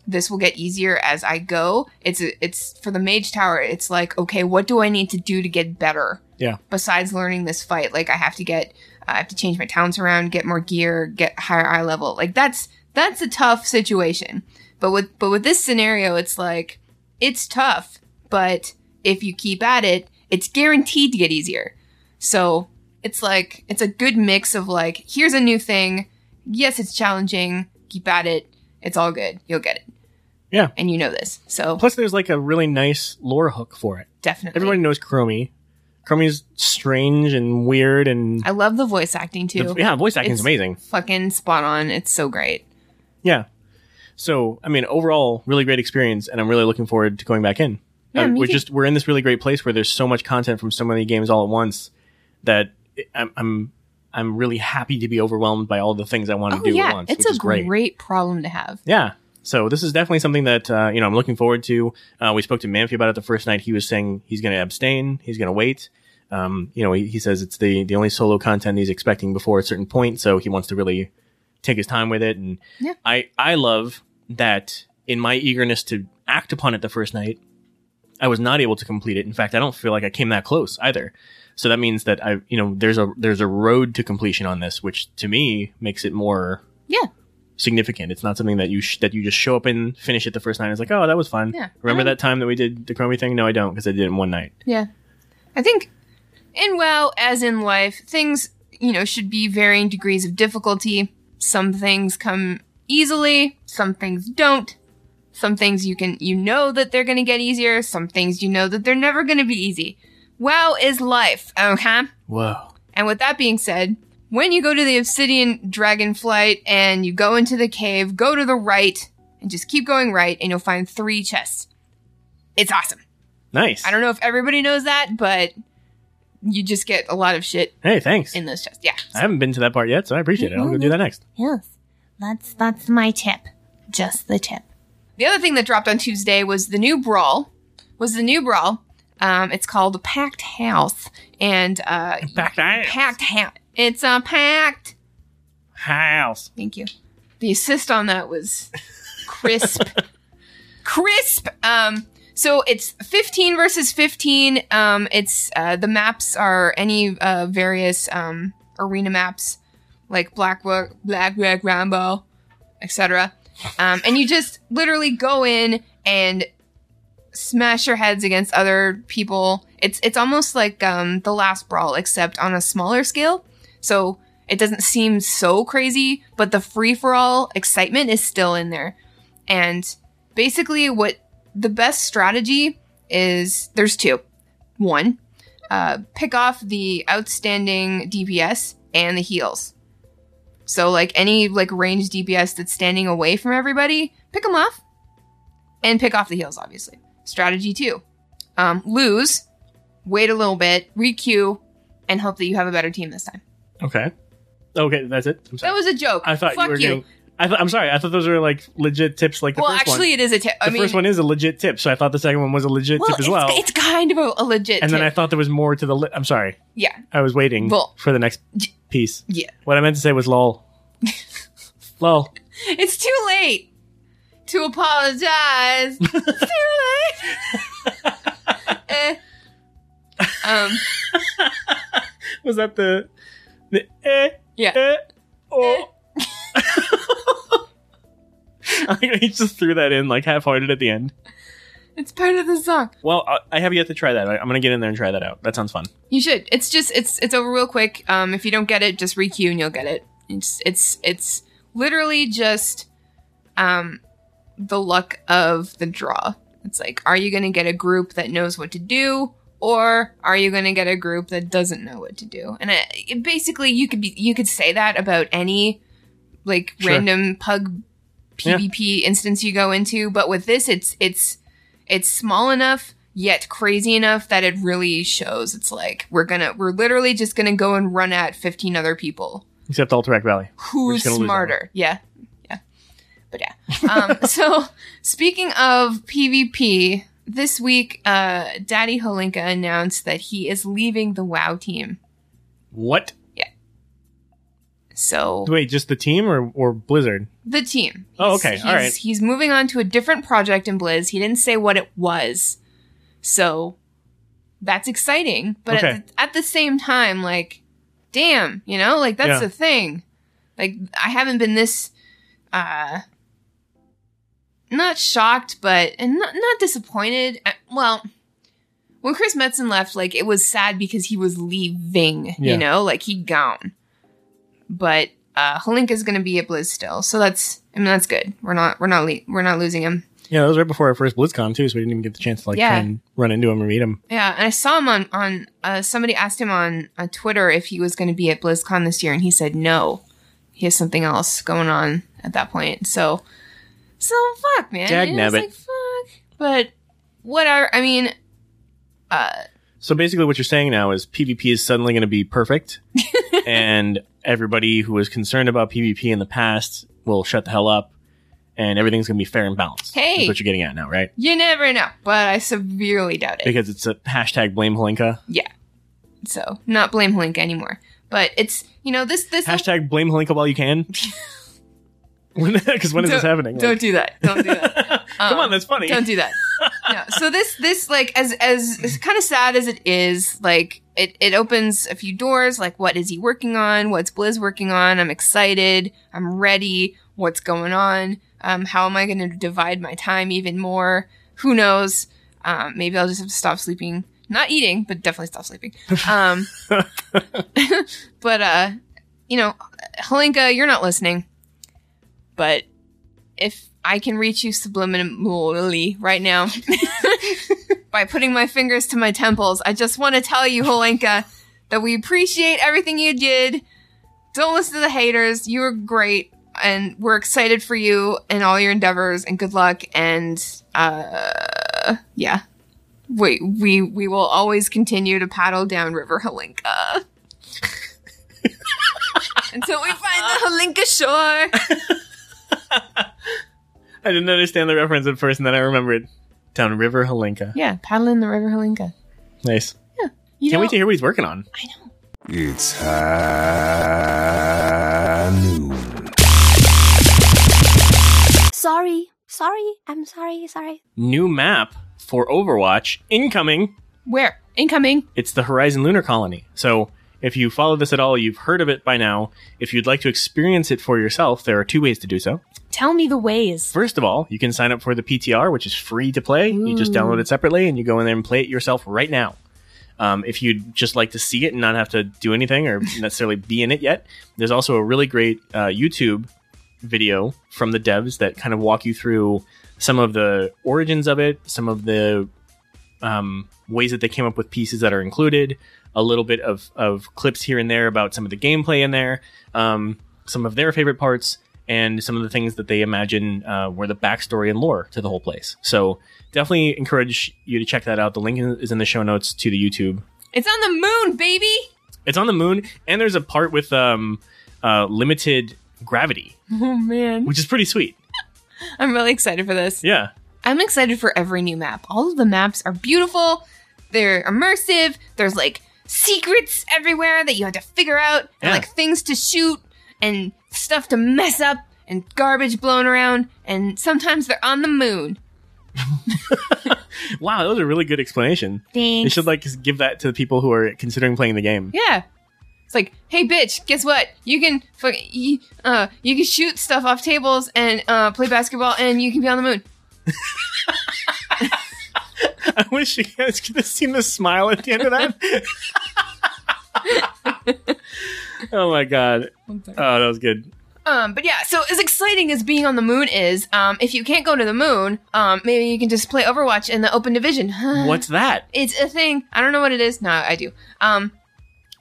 S1: this will get easier as I go. It's it's for the mage tower. It's like okay, what do I need to do to get better?
S2: Yeah.
S1: Besides learning this fight, like I have to get, I have to change my towns around, get more gear, get higher eye level. Like that's that's a tough situation. But with but with this scenario, it's like it's tough, but if you keep at it, it's guaranteed to get easier. So it's like it's a good mix of like here's a new thing. Yes, it's challenging. Keep at it. It's all good. You'll get it and you know this. So
S2: Plus, there's like a really nice lore hook for it.
S1: definitely,
S2: Everybody knows Chromie. Chromie's strange and weird, and
S1: I love the voice acting too.
S2: the- yeah, voice acting is
S1: It's-
S2: amazing.
S1: Fucking spot on. It's so great.
S2: Yeah. So, I mean, overall, really great experience, and I'm really looking forward to going back in.
S1: Yeah,
S2: Uh,
S1: me
S2: we're
S1: too.
S2: just we're in this really great place where there's so much content from so many games all at once that it- I'm I'm, I'm really happy to be overwhelmed by all the things I want to
S1: Oh
S2: do
S1: yeah,
S2: at once.
S1: it's
S2: which
S1: a
S2: is great.
S1: great. problem to have.
S2: Yeah. So this is definitely something that uh, you know I'm looking forward to. Uh, we spoke to Manfi about it the first night. He was saying he's going to abstain. He's going to wait. Um, you know, he, he says it's the the only solo content he's expecting before a certain point. So he wants to really take his time with it. And
S1: Yeah.
S2: I I love that in my eagerness to act upon it the first night, I was not able to complete it. In fact, I don't feel like I came that close either. So that means that I you know there's a there's a road to completion on this, which to me makes it more
S1: Yeah.
S2: significant. It's not something that you sh- that you just show up and finish it the first night. It's like, oh, that was fun.
S1: Yeah.
S2: Remember
S1: And I-
S2: that time that we did the Chromie thing? No, I don't, because I did it in one night.
S1: Yeah, I think in WoW as in life, things you know should be varying degrees of difficulty. Some things come easily, some things don't. Some things you can you know that they're going to get easier. Some things you know that they're never going to be easy. WoW is life. Okay.
S2: Whoa.
S1: And with that being said, when you go to the Obsidian Dragonflight and you go into the cave, go to the right and just keep going right and you'll find three chests. It's awesome.
S2: Nice.
S1: I don't know if everybody knows that, but you just get a lot of shit
S2: hey, thanks.
S1: in those chests. Yeah.
S2: I haven't been to that part yet, so I appreciate it. I'll go do that next.
S3: Yes. That's that's my tip. Just the tip.
S1: The other thing that dropped on Tuesday was the new brawl. Was the new brawl. Um, it's called Packed House. And uh
S2: Packed house.
S1: Packed House. It's a packed
S2: House.
S1: Thank you. The assist on that was crisp. crisp. Um so it's 15 versus 15. Um it's uh the maps are any uh various um arena maps like Blackwood, Blackwood Rambo, etc. Um and you just literally go in and smash your heads against other people. It's it's almost like um the last brawl except on a smaller scale. So it doesn't seem so crazy, but the free for all excitement is still in there. And basically, what the best strategy is there's two. One, uh, pick off the outstanding DPS and the heals. So, like any like ranged DPS that's standing away from everybody, pick them off, and pick off the heals. Obviously, strategy two: um, lose, wait a little bit, requeue, and hope that you have a better team this time.
S2: Okay. Okay, that's it. I'm sorry.
S1: That was a joke.
S2: I thought
S1: Oh, Fuck
S2: you were getting. I th- I'm sorry. I thought those were like legit tips, like the
S1: well,
S2: first one.
S1: actually, it is a tip. I
S2: The
S1: mean,
S2: first one is a legit tip, so I thought the second one was a legit
S1: well,
S2: tip as well.
S1: It's, it's kind of a, a legit.
S2: and then I
S1: tip.
S2: thought there was more to the. Li- I'm sorry.
S1: yeah,
S2: I was waiting
S1: Well-
S2: for the next piece.
S1: Yeah.
S2: What I meant to say was lol. lol.
S1: it's too late to apologize. it's too late. Eh. Um.
S2: Was that the the eh,
S1: Yeah. Eh.
S2: eh, oh. I think he just threw that in like half-hearted at the end.
S1: It's part of the song.
S2: Well, I, I have yet to try that. I, I'm gonna get in there and try that out. That sounds fun.
S1: You should. It's just it's it's over real quick. Um, if you don't get it, just requeue and you'll get it. It's it's it's literally just um the luck of the draw. It's like, are you gonna get a group that knows what to do, or are you gonna get a group that doesn't know what to do? And I, it, basically, you could be you could say that about any like
S2: Sure.
S1: random pug
S2: Yeah.
S1: PvP instance you go into, but with this, it's it's it's small enough yet crazy enough that it really shows. It's like we're gonna we're literally just gonna go and run at fifteen other people.
S2: Except Alterac Valley.
S1: Who's
S2: gonna lose all
S1: smarter? Yeah, yeah, but yeah. Um, so speaking of PvP, this week, uh, Daddy Holinka announced that he is leaving the WoW team.
S2: What?
S1: So
S2: Wait, just the team or, or Blizzard?
S1: The team.
S2: Oh, okay.
S1: He's-
S2: All right.
S1: he's- He's moving on to a different project in Blizz. He didn't say what it was. So that's exciting. But
S2: Okay.
S1: at, the, at the same time, like, damn, you know, like that's
S2: Yeah.
S1: the thing. Like, I haven't been this, uh, not shocked, but, and not, not disappointed. Uh, well, when Chris Metzen left, like, it was sad because he was leaving,
S2: Yeah.
S1: you know, like he gone but uh Holinka is going to be at Blizz still. So that's I mean that's good. We're not we're not le- we're not losing him.
S2: Yeah, that was right before our first BlizzCon too, so we didn't even get the chance to like
S1: Yeah.
S2: try and run into him or meet him.
S1: Yeah, and I saw him on on uh, somebody asked him on uh, Twitter if he was going to be at BlizzCon this year and he said no. He has something else going on at that point. So so fuck, man.
S2: Dag
S1: You know, it's
S2: nabbit.
S1: like fuck. But what are I mean uh
S2: So basically, what you're saying now is PvP is suddenly going to be perfect, and everybody who was concerned about PvP in the past will shut the hell up, and everything's going to be fair and balanced.
S1: Hey.
S2: is what you're getting at now, right?
S1: you never know, but I severely doubt it.
S2: Because it's a hashtag blame Holinka,
S1: So, not blame Holinka anymore. But it's, you know, this this
S2: hashtag blame Holinka while you can. Because when is this
S1: Don't-
S2: happening?
S1: Don't do that. Don't do that.
S2: Like-
S1: Um,
S2: Come on, that's funny.
S1: Don't do that. No. So this this like as as, as kind of sad as it is, like it it opens a few doors. Like what is he working on? What's Blizz working on? I'm excited. I'm ready. What's going on? Um, how am I going to divide my time even more? Who knows? Um, maybe I'll just have to stop sleeping, not eating, but definitely stop sleeping. Um, but uh, you know, Holinka, you're not listening but if I can reach you subliminally right now by putting my fingers to my temples, I just want to tell you, Holenka, that we appreciate everything you did. Don't listen to the haters. You were great, and we're excited for you and all your endeavors. And good luck. And uh, yeah, we we we will always continue to paddle down River Holenka until we find the Holenka shore.
S2: I didn't understand the reference at first, and then I remembered. Down River Holinka.
S1: Yeah, paddle in the river Holinka.
S2: Nice.
S1: You
S2: Can't
S1: know,
S2: wait to hear what he's working on.
S4: It's high noon.
S3: Sorry, sorry, I'm sorry, sorry.
S2: New map for Overwatch incoming.
S1: where incoming?
S2: It's the Horizon Lunar Colony. So, if you follow this at all, you've heard of it by now. If you'd like to experience it for yourself, there are two ways to do so.
S3: Tell me the ways.
S2: First of all, you can sign up for the PTR, which is free to play. You just download it separately and you go in there and play it yourself right now. Um, if you'd just like to see it and not have to do anything or necessarily be in it yet, there's also a really great uh, YouTube video from the devs that kind of walk you through some of the origins of it, some of the um, ways that they came up with pieces that are included, a little bit of, of clips here and there about some of the gameplay in there, um, some of their favorite parts, and some of the things that they imagine uh, were the backstory and lore to the whole place. So definitely encourage you to check that out. The link in- is in the show notes to the YouTube.
S1: It's on the moon, baby.
S2: It's on the moon, and there's a part with um, uh, limited gravity,
S1: Oh man,
S2: which is pretty sweet.
S1: I'm really excited for this.
S2: Yeah.
S1: I'm excited for every new map. All of the maps are beautiful. They're immersive. There's like secrets everywhere that you have to figure out, and
S2: Yeah.
S1: like things to shoot, and stuff to mess up, and garbage blown around. And sometimes they're on the moon.
S2: Wow, that was a really good explanation. They
S3: Thanks.
S2: should like give that to the people who are considering playing the game.
S1: Yeah. It's like, hey, bitch, guess what? You can fuck, you, uh, you can shoot stuff off tables and uh, play basketball, and you can be on the moon.
S2: I wish you guys could have seen the smile at the end of that. oh my god. Oh, that was good.
S1: Um, but yeah, so as exciting as being on the moon is, um, if you can't go to the moon, um, maybe you can just play Overwatch in the open division.
S2: What's that?
S1: It's a thing. I don't know what it is. No, I do. Um,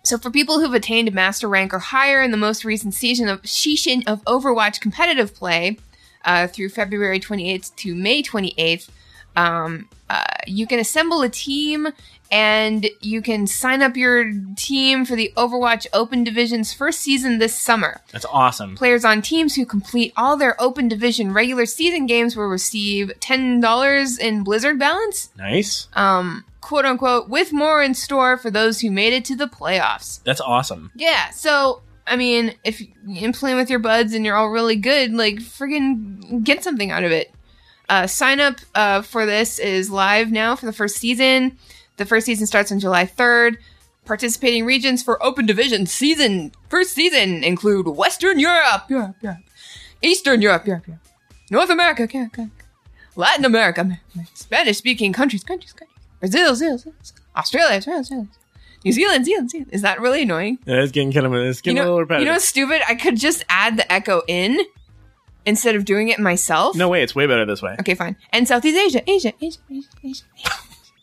S1: so for people who've attained master rank or higher in the most recent season of season of Overwatch competitive play, uh, through February 28th to May 28th. Um, uh, you can assemble a team and you can sign up your team for the Overwatch Open Division's first season this summer.
S2: That's awesome.
S1: Players on teams who complete all their Open Division regular season games will receive $10 in Blizzard balance,
S2: Nice.
S1: um, quote unquote, with more in store for those who made it to the playoffs.
S2: That's awesome.
S1: Yeah, so I mean, if you're playing with your buds and you're all really good, like friggin' get something out of it. Uh, sign up uh, for this is live now for the first season. The first season starts on July 3rd. Participating regions for Open Division season first season include Western Europe, Europe, Europe, Eastern Europe, Europe, Europe, North America, America, America, Latin America, America Spanish speaking countries, countries, countries, Brazil, Brazil, Brazil, Australia, Australia, Australia, New Zealand, Zealand, Zealand. Is that really annoying?
S2: Yeah, it's getting kind of it's getting a little
S1: you
S2: repetitive.
S1: know what's stupid? I could just add the echo in instead of doing it myself.
S2: no way, it's way better this way.
S1: Okay, fine. And Southeast Asia, Asia, Asia, Asia, Asia. Asia.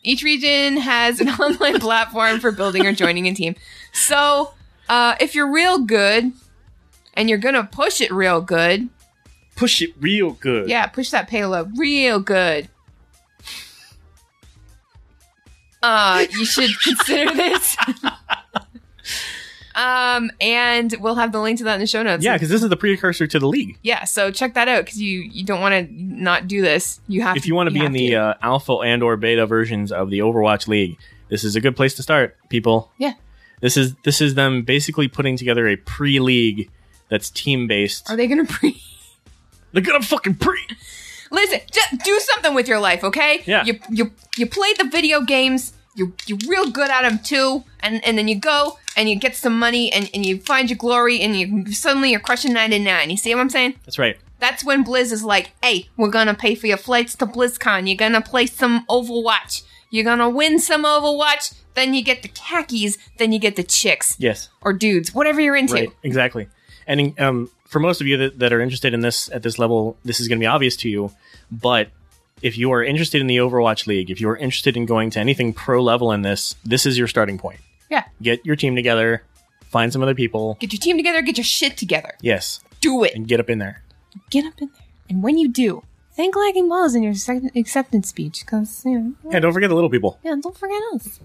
S1: Each region has an online platform for building or joining a team. So, uh, if you're real good and you're gonna push it real good,
S2: Push it real good.
S1: yeah, push that payload real good. Uh, you should consider this. um, and we'll have the link to that in the show notes.
S2: Yeah, because this is the precursor to the league.
S1: yeah. So check that out because you you don't want to not do this. You have
S2: If you want to be in
S1: have
S2: the
S1: to.
S2: uh, alpha and or beta versions of the Overwatch League, this is a good place to start, people.
S1: Yeah.
S2: This is this is them basically putting together a pre-league that's team based.
S1: are they gonna pre?
S2: They're gonna fucking pre.
S1: Listen, just do something with your life, okay?
S2: Yeah.
S1: You you you play the video games. You you're real good at them too, and and then you go and you get some money and and you find your glory and you suddenly you're crushing nine and nine. You see what I'm saying?
S2: That's right.
S1: That's when Blizz is like, hey, we're gonna pay for your flights to BlizzCon. You're gonna play some Overwatch. You're gonna win some Overwatch. Then you get the khakis. Then you get the chicks
S2: Yes.
S1: or dudes, whatever you're into.
S2: Right, exactly. And um, for most of you that, that are interested in this at this level, this is going to be obvious to you. But if you are interested in the Overwatch League, if you are interested in going to anything pro level in this, this is your starting point.
S1: Yeah.
S2: Get your team together, find some other people.
S1: Get your team together. Get your shit together.
S2: Yes,
S1: Do it.
S2: and get up in there.
S1: Get up in there. And when you do, thank Lagging Balls in your sec- acceptance speech, because you know,
S2: Yeah, don't forget the little people.
S1: yeah, don't forget us.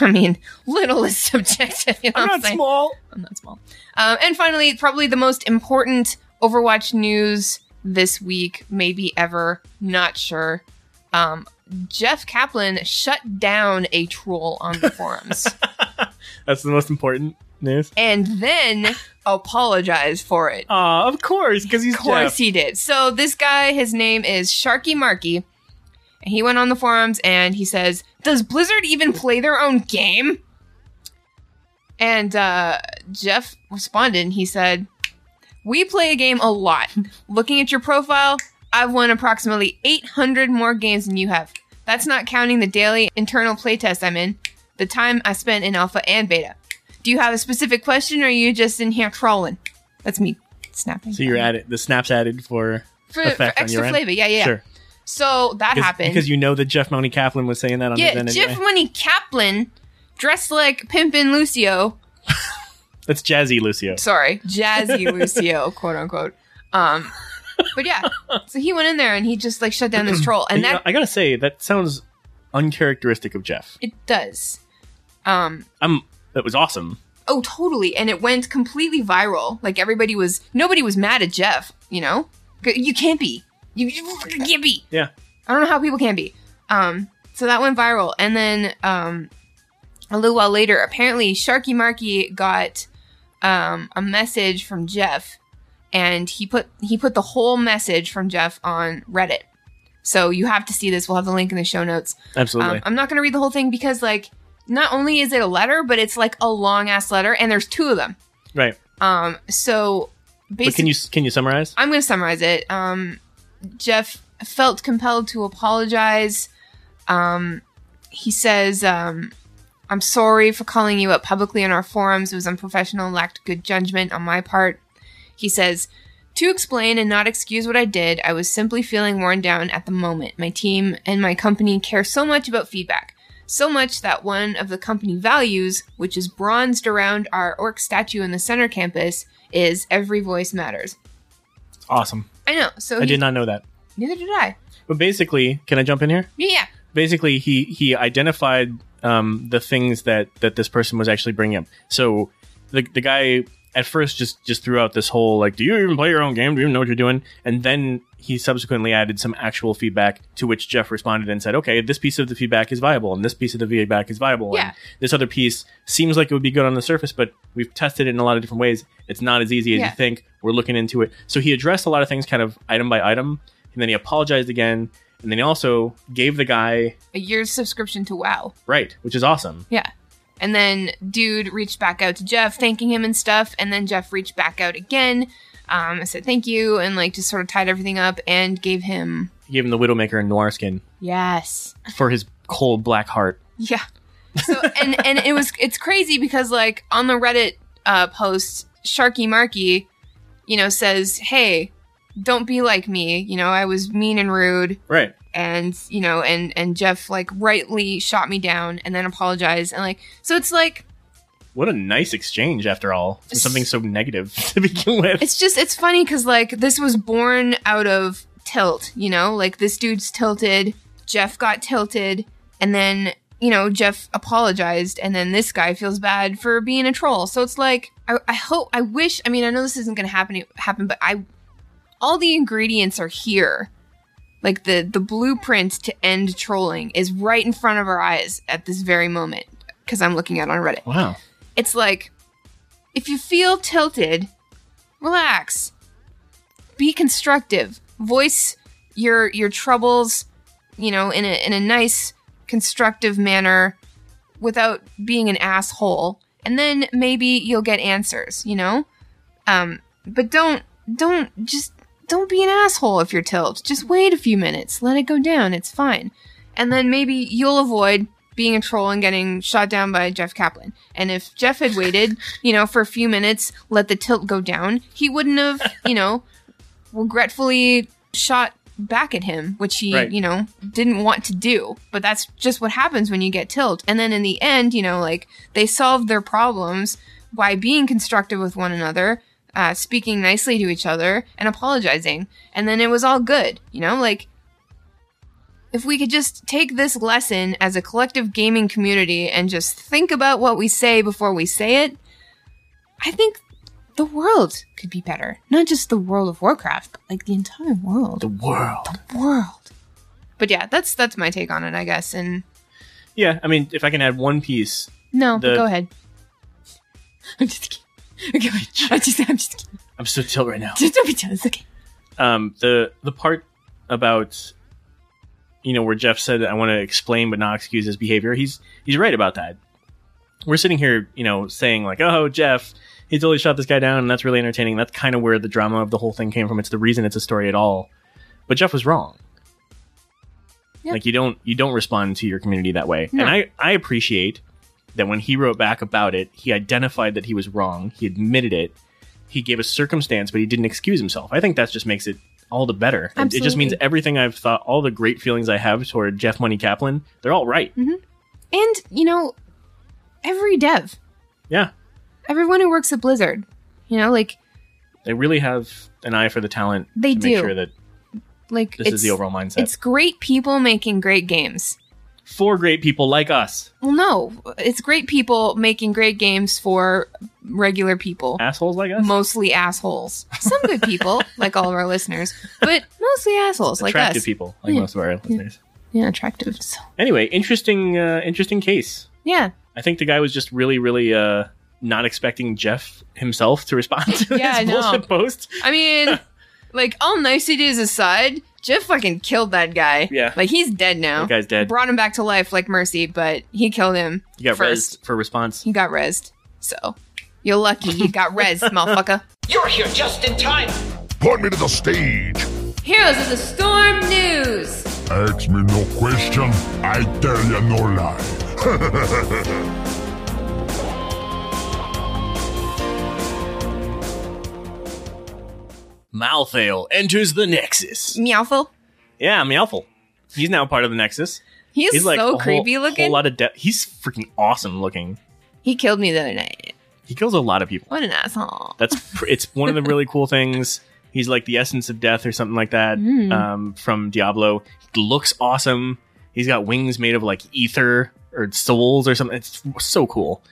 S1: I mean, little is subjective. You know what I'm saying?
S2: small.
S1: I'm not small. Um, and finally, probably the most important Overwatch news this week, maybe ever, not sure. Um, Jeff Kaplan shut down a troll on the forums
S2: That's the most important news.
S1: and then apologized for it.
S2: Ah, of course, because he's
S1: Of course
S2: Jeff.
S1: he did. So this guy, his name is Sharky Marky, and he went on the forums and he says, "Does Blizzard even play their own game?" And uh, Jeff responded and he said, "We play a game a lot. Looking at your profile, I've won approximately 800 more games than you have. That's not counting the daily internal playtest I'm in, the time I spent in alpha and beta. Do you have a specific question, or are you just in here trolling?" That's me snapping.
S2: So you're added. The snaps added for
S1: for,
S2: effect
S1: for
S2: on your
S1: extra
S2: end?
S1: flavor. Yeah, yeah. yeah.
S2: sure
S1: So that
S2: because,
S1: happened.
S2: because you know that Jeff Monty Kaplan was saying that on his
S1: yeah,
S2: end
S1: Jeff
S2: anyway.
S1: Money Kaplan, dressed like Pimpin' Lucio.
S2: That's Jazzy Lucio.
S1: Sorry, Jazzy Lucio, quote unquote. Um, but yeah, so he went in there and he just like shut down this troll, and
S2: You know,
S1: that
S2: I gotta say that sounds uncharacteristic of Jeff.
S1: it does. Um,
S2: I'm that was awesome.
S1: oh, totally, and it went completely viral. Like everybody was, nobody was mad at Jeff. You know, C- you can't be. You, you fucking can't be.
S2: Yeah,
S1: I don't know how people can be. Um, so that went viral, and then um, a little while later, apparently Sharky Marky got um, a message from Jeff, and he put he put the whole message from Jeff on Reddit. So you have to see this. We'll have the link in the show notes.
S2: absolutely.
S1: Um, I'm not going to read the whole thing because like not only is it a letter, but it's like a long ass letter, and there's two of them.
S2: right.
S1: Um, so
S2: But can
S1: basically,
S2: you can you summarize?
S1: I'm going to summarize it. Um, Jeff felt compelled to apologize. Um, he says, um, I'm sorry for calling you up publicly on our forums. It was unprofessional, and lacked good judgment on my part. He says, to explain and not excuse what I did, I was simply feeling worn down at the moment. My team and my company care so much about feedback. So much that one of the company values, which is bronzed around our orc statue in the center campus, is every voice matters.
S2: Awesome.
S1: I know. So
S2: I
S1: he-
S2: did not know that.
S1: Neither did I.
S2: But basically, can I jump in here?
S1: Yeah, yeah.
S2: basically he he identified um, the things that that this person was actually bringing up. So the the guy at first just just threw out this whole like, do you even play your own game? Do you even know what you're doing? And then he subsequently added some actual feedback to which Jeff responded and said, okay, this piece of the feedback is viable, and this piece of the feedback is viable,
S1: Yeah.
S2: and this other piece seems like it would be good on the surface, but we've tested it in a lot of different ways. It's not as easy as
S1: Yeah.
S2: you think. We're looking into it. So he addressed a lot of things, kind of item by item, and then he apologized again. And then he also gave the guy
S1: A year's subscription to WoW.
S2: Right, which is awesome.
S1: Yeah. And then dude reached back out to Jeff, thanking him and stuff. And then Jeff reached back out again. Um, I said thank you and like just sort of tied everything up and gave him
S2: He gave him the Widowmaker and Noir skin
S1: yes,
S2: for his cold black heart.
S1: yeah. So and and it was it's crazy because like on the Reddit uh, post, Sharky Marky, you know, says hey, don't be like me. You know, I was mean and rude.
S2: Right.
S1: and you know and and jeff like rightly shot me down and then apologized and like so it's like
S2: What a nice exchange, after all, for something so negative to begin with.
S1: it's just it's funny because like this was born out of tilt you know like this dude's tilted jeff got tilted and then you know jeff apologized and then this guy feels bad for being a troll so it's like i, I hope i wish i mean i know this isn't gonna happen happen but i all the ingredients are here like the the blueprint to end trolling is right in front of our eyes at this very moment because i'm looking at it on reddit
S2: Wow.
S1: it's like if you feel tilted, relax. Be constructive. Voice your your troubles, you know, in a in a nice constructive manner without being an asshole. And then maybe you'll get answers, you know? Um but don't don't just don't be an asshole if you're tilted. Just wait a few minutes. Let it go down. It's fine. And then maybe you'll avoid being a troll and getting shot down by Jeff Kaplan. And if Jeff had waited, you know, for a few minutes, let the tilt go down, he wouldn't have, you know, regretfully shot back at him, which he,
S2: Right.
S1: you know, didn't want to do. But that's just what happens when you get tilt. And then in the end, you know, like they solved their problems by being constructive with one another, uh, speaking nicely to each other, and apologizing. And then it was all good, you know, like if we could just take this lesson as a collective gaming community and just think about what we say before we say it, I think the world could be better. Not just the world of Warcraft, but like the entire world.
S2: The world.
S1: world. But yeah, that's that's my take on it, I guess. And
S2: Yeah, I mean, if I can add one piece,
S1: no,
S2: The-
S1: go ahead. I'm just kidding. Okay, wait. I'm just, I'm just kidding.
S2: I'm so tilt right now.
S1: Just don't be jealous. Okay.
S2: Um, the the part about you know where Jeff said I want to explain but not excuse his behavior. He's he's right about that. We're sitting here, you know, saying like, "Oh, Jeff, he totally shot this guy down," and that's really entertaining. That's kind of where the drama of the whole thing came from. It's the reason it's a story at all. But Jeff was wrong.
S1: Yeah.
S2: Like you don't you don't respond to your community that way.
S1: No.
S2: And I I appreciate that when he wrote back about it, he identified that he was wrong. He admitted it. He gave a circumstance, but he didn't excuse himself. I think that just makes it all the better. It- It just
S1: Absolutely.
S2: means everything I've thought, all the great feelings I have toward Jeff Money Kaplan, they're all right.
S1: Mm-hmm. And you know, every dev,
S2: Yeah.
S1: everyone who works at Blizzard, you know, like
S2: They really have an eye for the talent
S1: They
S2: to
S1: do.
S2: make sure that
S1: like
S2: this is the overall mindset.
S1: It's great people making great games.
S2: For great people like us.
S1: Well, no, it's great people making great games for regular people,
S2: Assholes like us.
S1: mostly assholes. Some good people, like all of our listeners, but mostly assholes like
S2: Attractive
S1: us.
S2: people like
S1: Yeah.
S2: most of our listeners.
S1: Yeah, attractive. So.
S2: Anyway, interesting uh, interesting case.
S1: Yeah,
S2: I think the guy was just really, really uh, not expecting Jeff himself to respond to
S1: Yeah, I
S2: his
S1: know.
S2: bullshit post.
S1: I mean, like all niceties aside, Jeff fucking killed that guy.
S2: Yeah.
S1: like he's dead now.
S2: That guy's dead.
S1: Brought him back to life like Mercy, but he killed him.
S2: You got
S1: first.
S2: rezzed for response.
S1: He got rezzed. So you're lucky you got rezzed, motherfucker.
S5: You're here just in time.
S6: Point me to the stage.
S1: Heroes of the Storm news.
S6: Ask me no question. I tell you no lie.
S2: Malthale enters the Nexus.
S1: Meowful.
S2: Yeah, Meowful. He's now part of the Nexus.
S1: He's,
S2: He's like a
S1: so
S2: whole-
S1: creepy
S2: Whole
S1: looking.
S2: lot of de- He's freaking awesome looking.
S1: he killed me the other night.
S2: He kills a lot of people.
S1: What an asshole.
S2: That's pr- it's one of the really cool things He's like the essence of death or something like that
S1: Hmm.
S2: um, from Diablo. He looks awesome. He's got wings made of like ether or souls or something. It's so cool.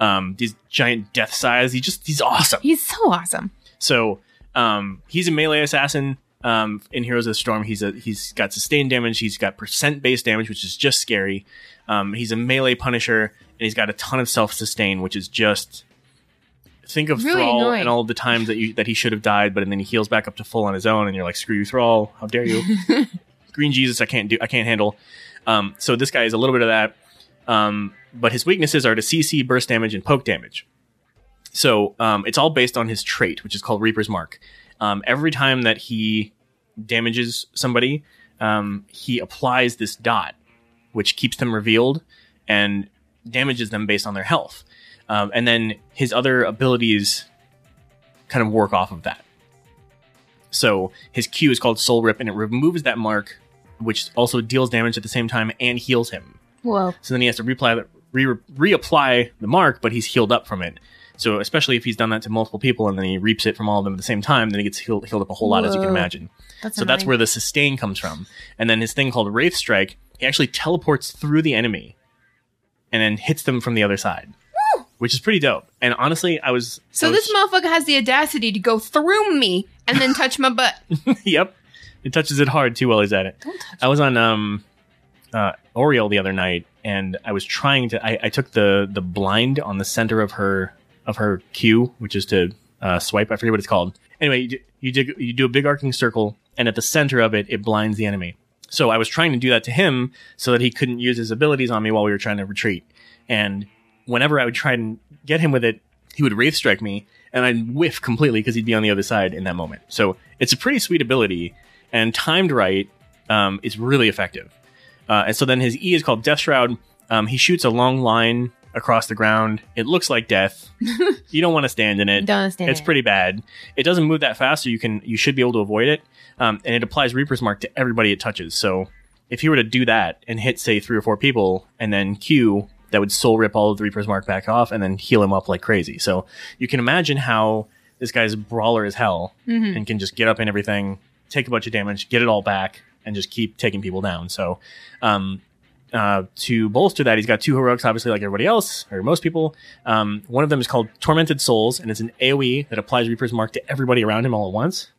S2: Um, these giant death size. He just he's awesome.
S1: He's so awesome.
S2: So um, he's a melee assassin. Um, in Heroes of the Storm, he's a he's got sustained damage. He's got percent based damage, which is just scary. Um, he's a melee punisher, and he's got a ton of self sustain, which is just think of
S1: Really
S2: Thrall
S1: annoying.
S2: and all the times that you that he should have died, but then he heals back up to full on his own, and you're like, screw you, Thrall, how dare you? Green Jesus, I can't do, I can't handle. Um, so this guy is a little bit of that, um, but his weaknesses are to CC, burst damage, and poke damage. So um, it's all based on his trait, which is called Reaper's Mark. Um, every time that he damages somebody, um, he applies this dot, which keeps them revealed and damages them based on their health. Um, and then his other abilities kind of work off of that. So his Q is called Soul Rip, and it removes that mark, which also deals damage at the same time and heals him.
S1: Whoa.
S2: So then he has to reapply re- reapply the mark, but he's healed up from it. So especially if he's done that to multiple people and then he reaps it from all of them at the same time, then he gets healed, healed up a whole lot, as you can
S1: Whoa.
S2: imagine.
S1: That's
S2: so that's
S1: annoying.
S2: where the sustain comes from. And then his thing called Wraith Strike, he actually teleports through the enemy and then hits them from the other side, which is pretty dope. And honestly, I was I
S1: So
S2: was-
S1: this motherfucker has the audacity to go through me and then touch my butt.
S2: yep. It touches it hard too while he's at it. I was on um uh Oriole the other night and I was trying to I, I took the the blind on the center of her of her Q, which is to uh, swipe, I forget what it's called. Anyway, you do, you, dig, you do a big arcing circle and at the center of it it blinds the enemy. So I was trying to do that to him so that he couldn't use his abilities on me while we were trying to retreat. And whenever I would try and get him with it, he would wraith strike me, and I'd whiff completely because he'd be on the other side in that moment. So it's a pretty sweet ability, and timed right um, is really effective. Uh, and so then his E is called Death Shroud. Um, he shoots a long line across the ground. It looks like death. you don't want to stand in it.
S3: Don't understand.
S2: It's pretty bad. It doesn't move that fast, so you can you should be able to avoid it. Um, and it applies Reaper's Mark to everybody it touches. So if he were to do that and hit say three or four people and then Q, that would soul rip all of the Reaper's Mark back off and then heal him up like crazy. So you can imagine how this guy's a brawler as hell and can just get up and everything, take a bunch of damage, get it all back, and just keep taking people down. So um, uh, to bolster that, he's got two heroics, obviously, like everybody else, or most people. Um, one of them is called Tormented Souls, and it's an AoE that applies Reaper's Mark to everybody around him all at once,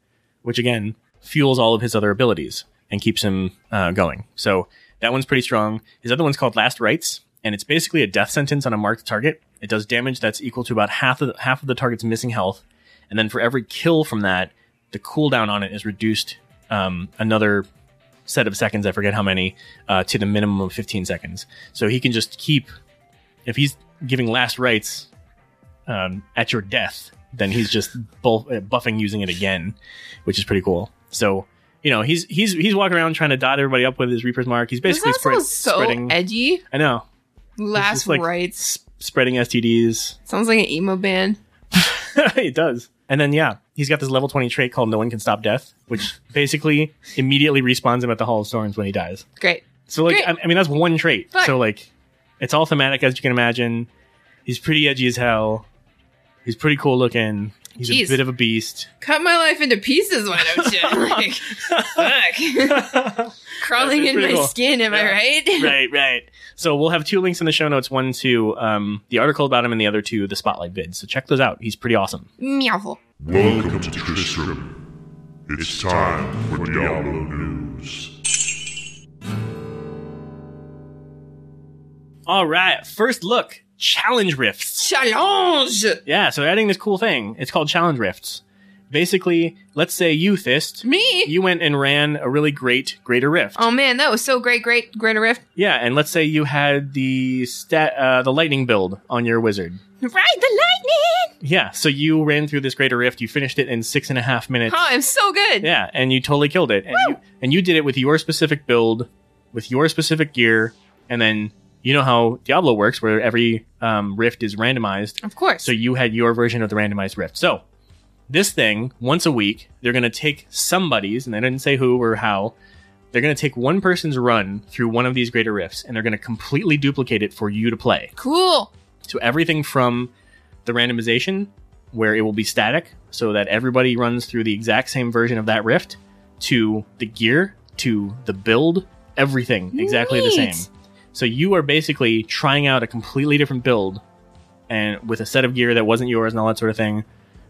S2: which again fuels all of his other abilities and keeps him uh, going. So that one's pretty strong. His other one's called Last Rites, and it's basically a death sentence on a marked target. It does damage that's equal to about half of the, half of the target's missing health, and then for every kill from that, the cooldown on it is reduced um, another set of seconds, I forget how many, uh, to the minimum of 15 seconds. So he can just keep, if he's giving last rites um, at your death, then he's just bull- uh, buffing using it again, which is pretty cool. So, you know, he's he's he's walking around trying to dot everybody up with his Reaper's Mark. He's basically
S1: this
S2: spread-
S1: also so
S2: spreading.
S1: edgy.
S2: I know. It's
S1: Last
S2: just like
S1: rites
S2: s- spreading STDs.
S1: sounds like an emo band.
S2: it does. And then yeah, he's got this level 20 trait called No One Can Stop Death, which basically immediately respawns him at the Hall of Storms when he dies.
S1: Great.
S2: So like,
S1: Great.
S2: I, I mean, that's one trait.
S1: Right.
S2: So like, it's all thematic as you can imagine. He's pretty edgy as hell. He's pretty cool looking. He's
S1: Jeez.
S2: a bit of a beast.
S1: Cut my life into pieces, why don't you? Like, fuck. Crawling
S2: That's
S1: in
S2: pretty
S1: my
S2: cool.
S1: skin, am I
S2: Yeah.
S1: right?
S2: right, right. So we'll have two links in the show notes. One to um, the article about him, and the other to the spotlight vid. So check those out. He's pretty awesome.
S1: Meowful.
S6: Welcome to Tristram. It's time for Diablo News.
S2: All right, first look challenge rifts.
S1: Challenge!
S2: Yeah, so adding this cool thing. It's called challenge rifts. Basically, let's say you Thist,
S1: Me?
S2: you went and ran a really great greater rift.
S1: oh man, that was so great, great, greater rift.
S2: Yeah, and let's say you had the stat, uh, the lightning build on your wizard.
S1: Ride the lightning!
S2: Yeah, so you ran through this greater rift. You finished it in six and a half minutes.
S1: Oh, I'm so good.
S2: Yeah, and you totally killed it. And you, and you did it with your specific build, with your specific gear, and then you know how Diablo works, where every um, rift is randomized.
S1: Of course.
S2: So you had your version of the randomized rift. So this thing, once a week, they're going to take somebody's, and they didn't say who or how. They're going to take one person's run through one of these greater rifts, and they're going to completely duplicate it for you to play.
S1: cool.
S2: So everything from the randomization where it will be static so that everybody runs through the exact same version of that rift to the gear to the build everything exactly the
S1: Neat.
S2: same so you are basically trying out a completely different build and with a set of gear that wasn't yours and all that sort of thing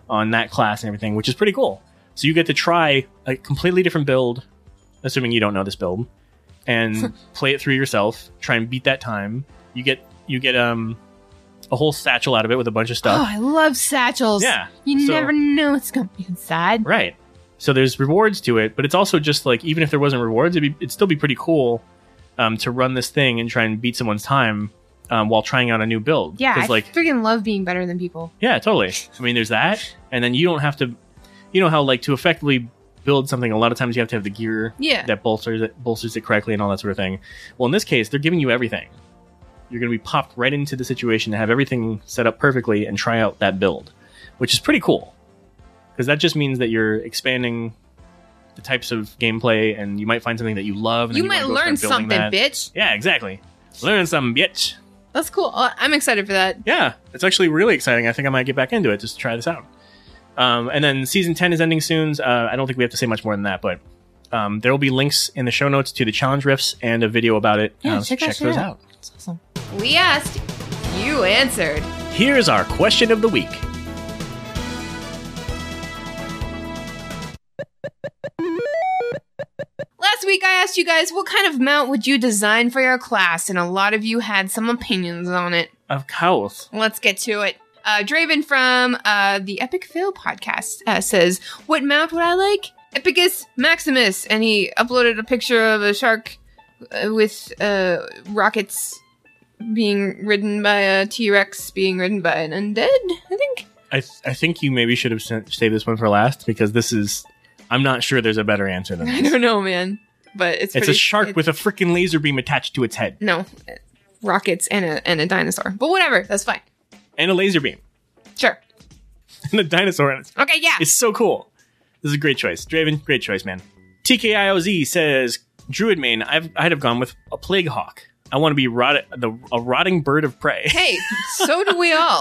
S2: on that class and everything which is pretty cool so you get to try a completely different build assuming you don't know this build and play it through yourself try and beat that time you get you get um a whole satchel out of it with a bunch of stuff
S1: Oh, I love satchels.
S2: Yeah,
S1: You
S2: so-
S1: never know what's going to be inside.
S2: Right. So there's rewards to it, but it's also just like even if there wasn't rewards, it'd, be, it'd still be pretty cool um, to run this thing and try and beat someone's time um, while trying out a new build.
S1: Yeah, I
S2: 'Cause, like
S1: freaking love being better than people.
S2: yeah, totally. I mean, there's that, and then you don't have to. You know how like to effectively build something, a lot of times you have to have the gear
S1: Yeah.
S2: that bolsters it, bolsters it correctly, and all that sort of thing. Well, in this case, they're giving you everything. You're going to be popped right into the situation to have everything set up perfectly and try out that build, which is pretty cool because that just means that you're expanding the types of gameplay, and you might find something that you love. And
S1: you
S2: then
S1: might
S2: wanna go start
S1: learn
S2: building
S1: something,
S2: that.
S1: bitch.
S2: Yeah, exactly. Learn something, bitch.
S1: That's cool. Uh, I'm excited for that.
S2: Yeah, it's actually really exciting. I think I might get back into it just to try this out. Um, and then season 10 is ending soon. Uh, I don't think we have to say much more than that, but um, there will be links in the show notes to the challenge riffs and a video about it.
S1: Yeah,
S2: Um, so
S1: check that shit
S2: those
S1: out. It's awesome. We asked, you answered.
S2: out. Here's our question of the week.
S1: Last week, I asked you guys what kind of mount would you design for your class, and a lot of you had some opinions on it.
S2: Of course.
S1: Let's get to it. Uh, Draven from uh, the Epic Fail podcast uh, says, What mount would I like? Epicus Maximus. And he uploaded a picture of a shark uh, with uh, rockets being ridden by a T Rex, being ridden by an undead, I think.
S2: I, th- I think you maybe should have sent- saved this one for last because this is. I'm not sure there's a better answer than
S1: I
S2: this.
S1: don't know, man. But it's
S2: It's
S1: pretty-
S2: a shark
S1: it-
S2: with a freaking laser beam attached to its head
S1: No, rockets and a, and a dinosaur. But whatever, that's fine.
S2: and a laser beam
S1: Sure.
S2: and a dinosaur on its
S1: Okay, yeah.
S2: It's so cool. This is a great choice. Draven, great choice, man. TKIOZ says, Druid main, I've, I'd have gone with a plague hawk. I want to be rot- the, a rotting bird of prey.
S1: Hey, so do we all.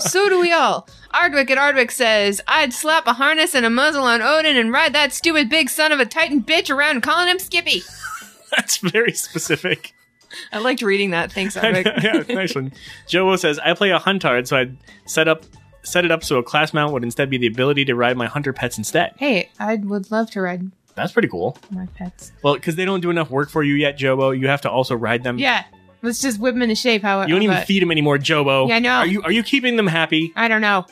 S1: So do we all. Ardwick at Ardwick says, I'd slap a harness and a muzzle on Odin and ride that stupid big son of a titan bitch around calling him Skippy.
S2: That's very specific.
S1: I liked reading that. Thanks, Ardwick.
S2: yeah, nice one. Jovo says, I play a huntard, so I'd set up set it up so a class mount would instead be the ability to ride my hunter pets instead.
S1: hey, I would love to ride
S2: That's pretty cool.
S1: my pets.
S2: Well, because they don't do enough work for you yet, Jobo. You have to also ride them.
S1: Yeah, let's just whip him into shape. How
S2: Mm. You don't even feed them anymore, Jobo.
S1: Yeah, I know.
S2: Are you are you keeping them happy?
S1: I don't know.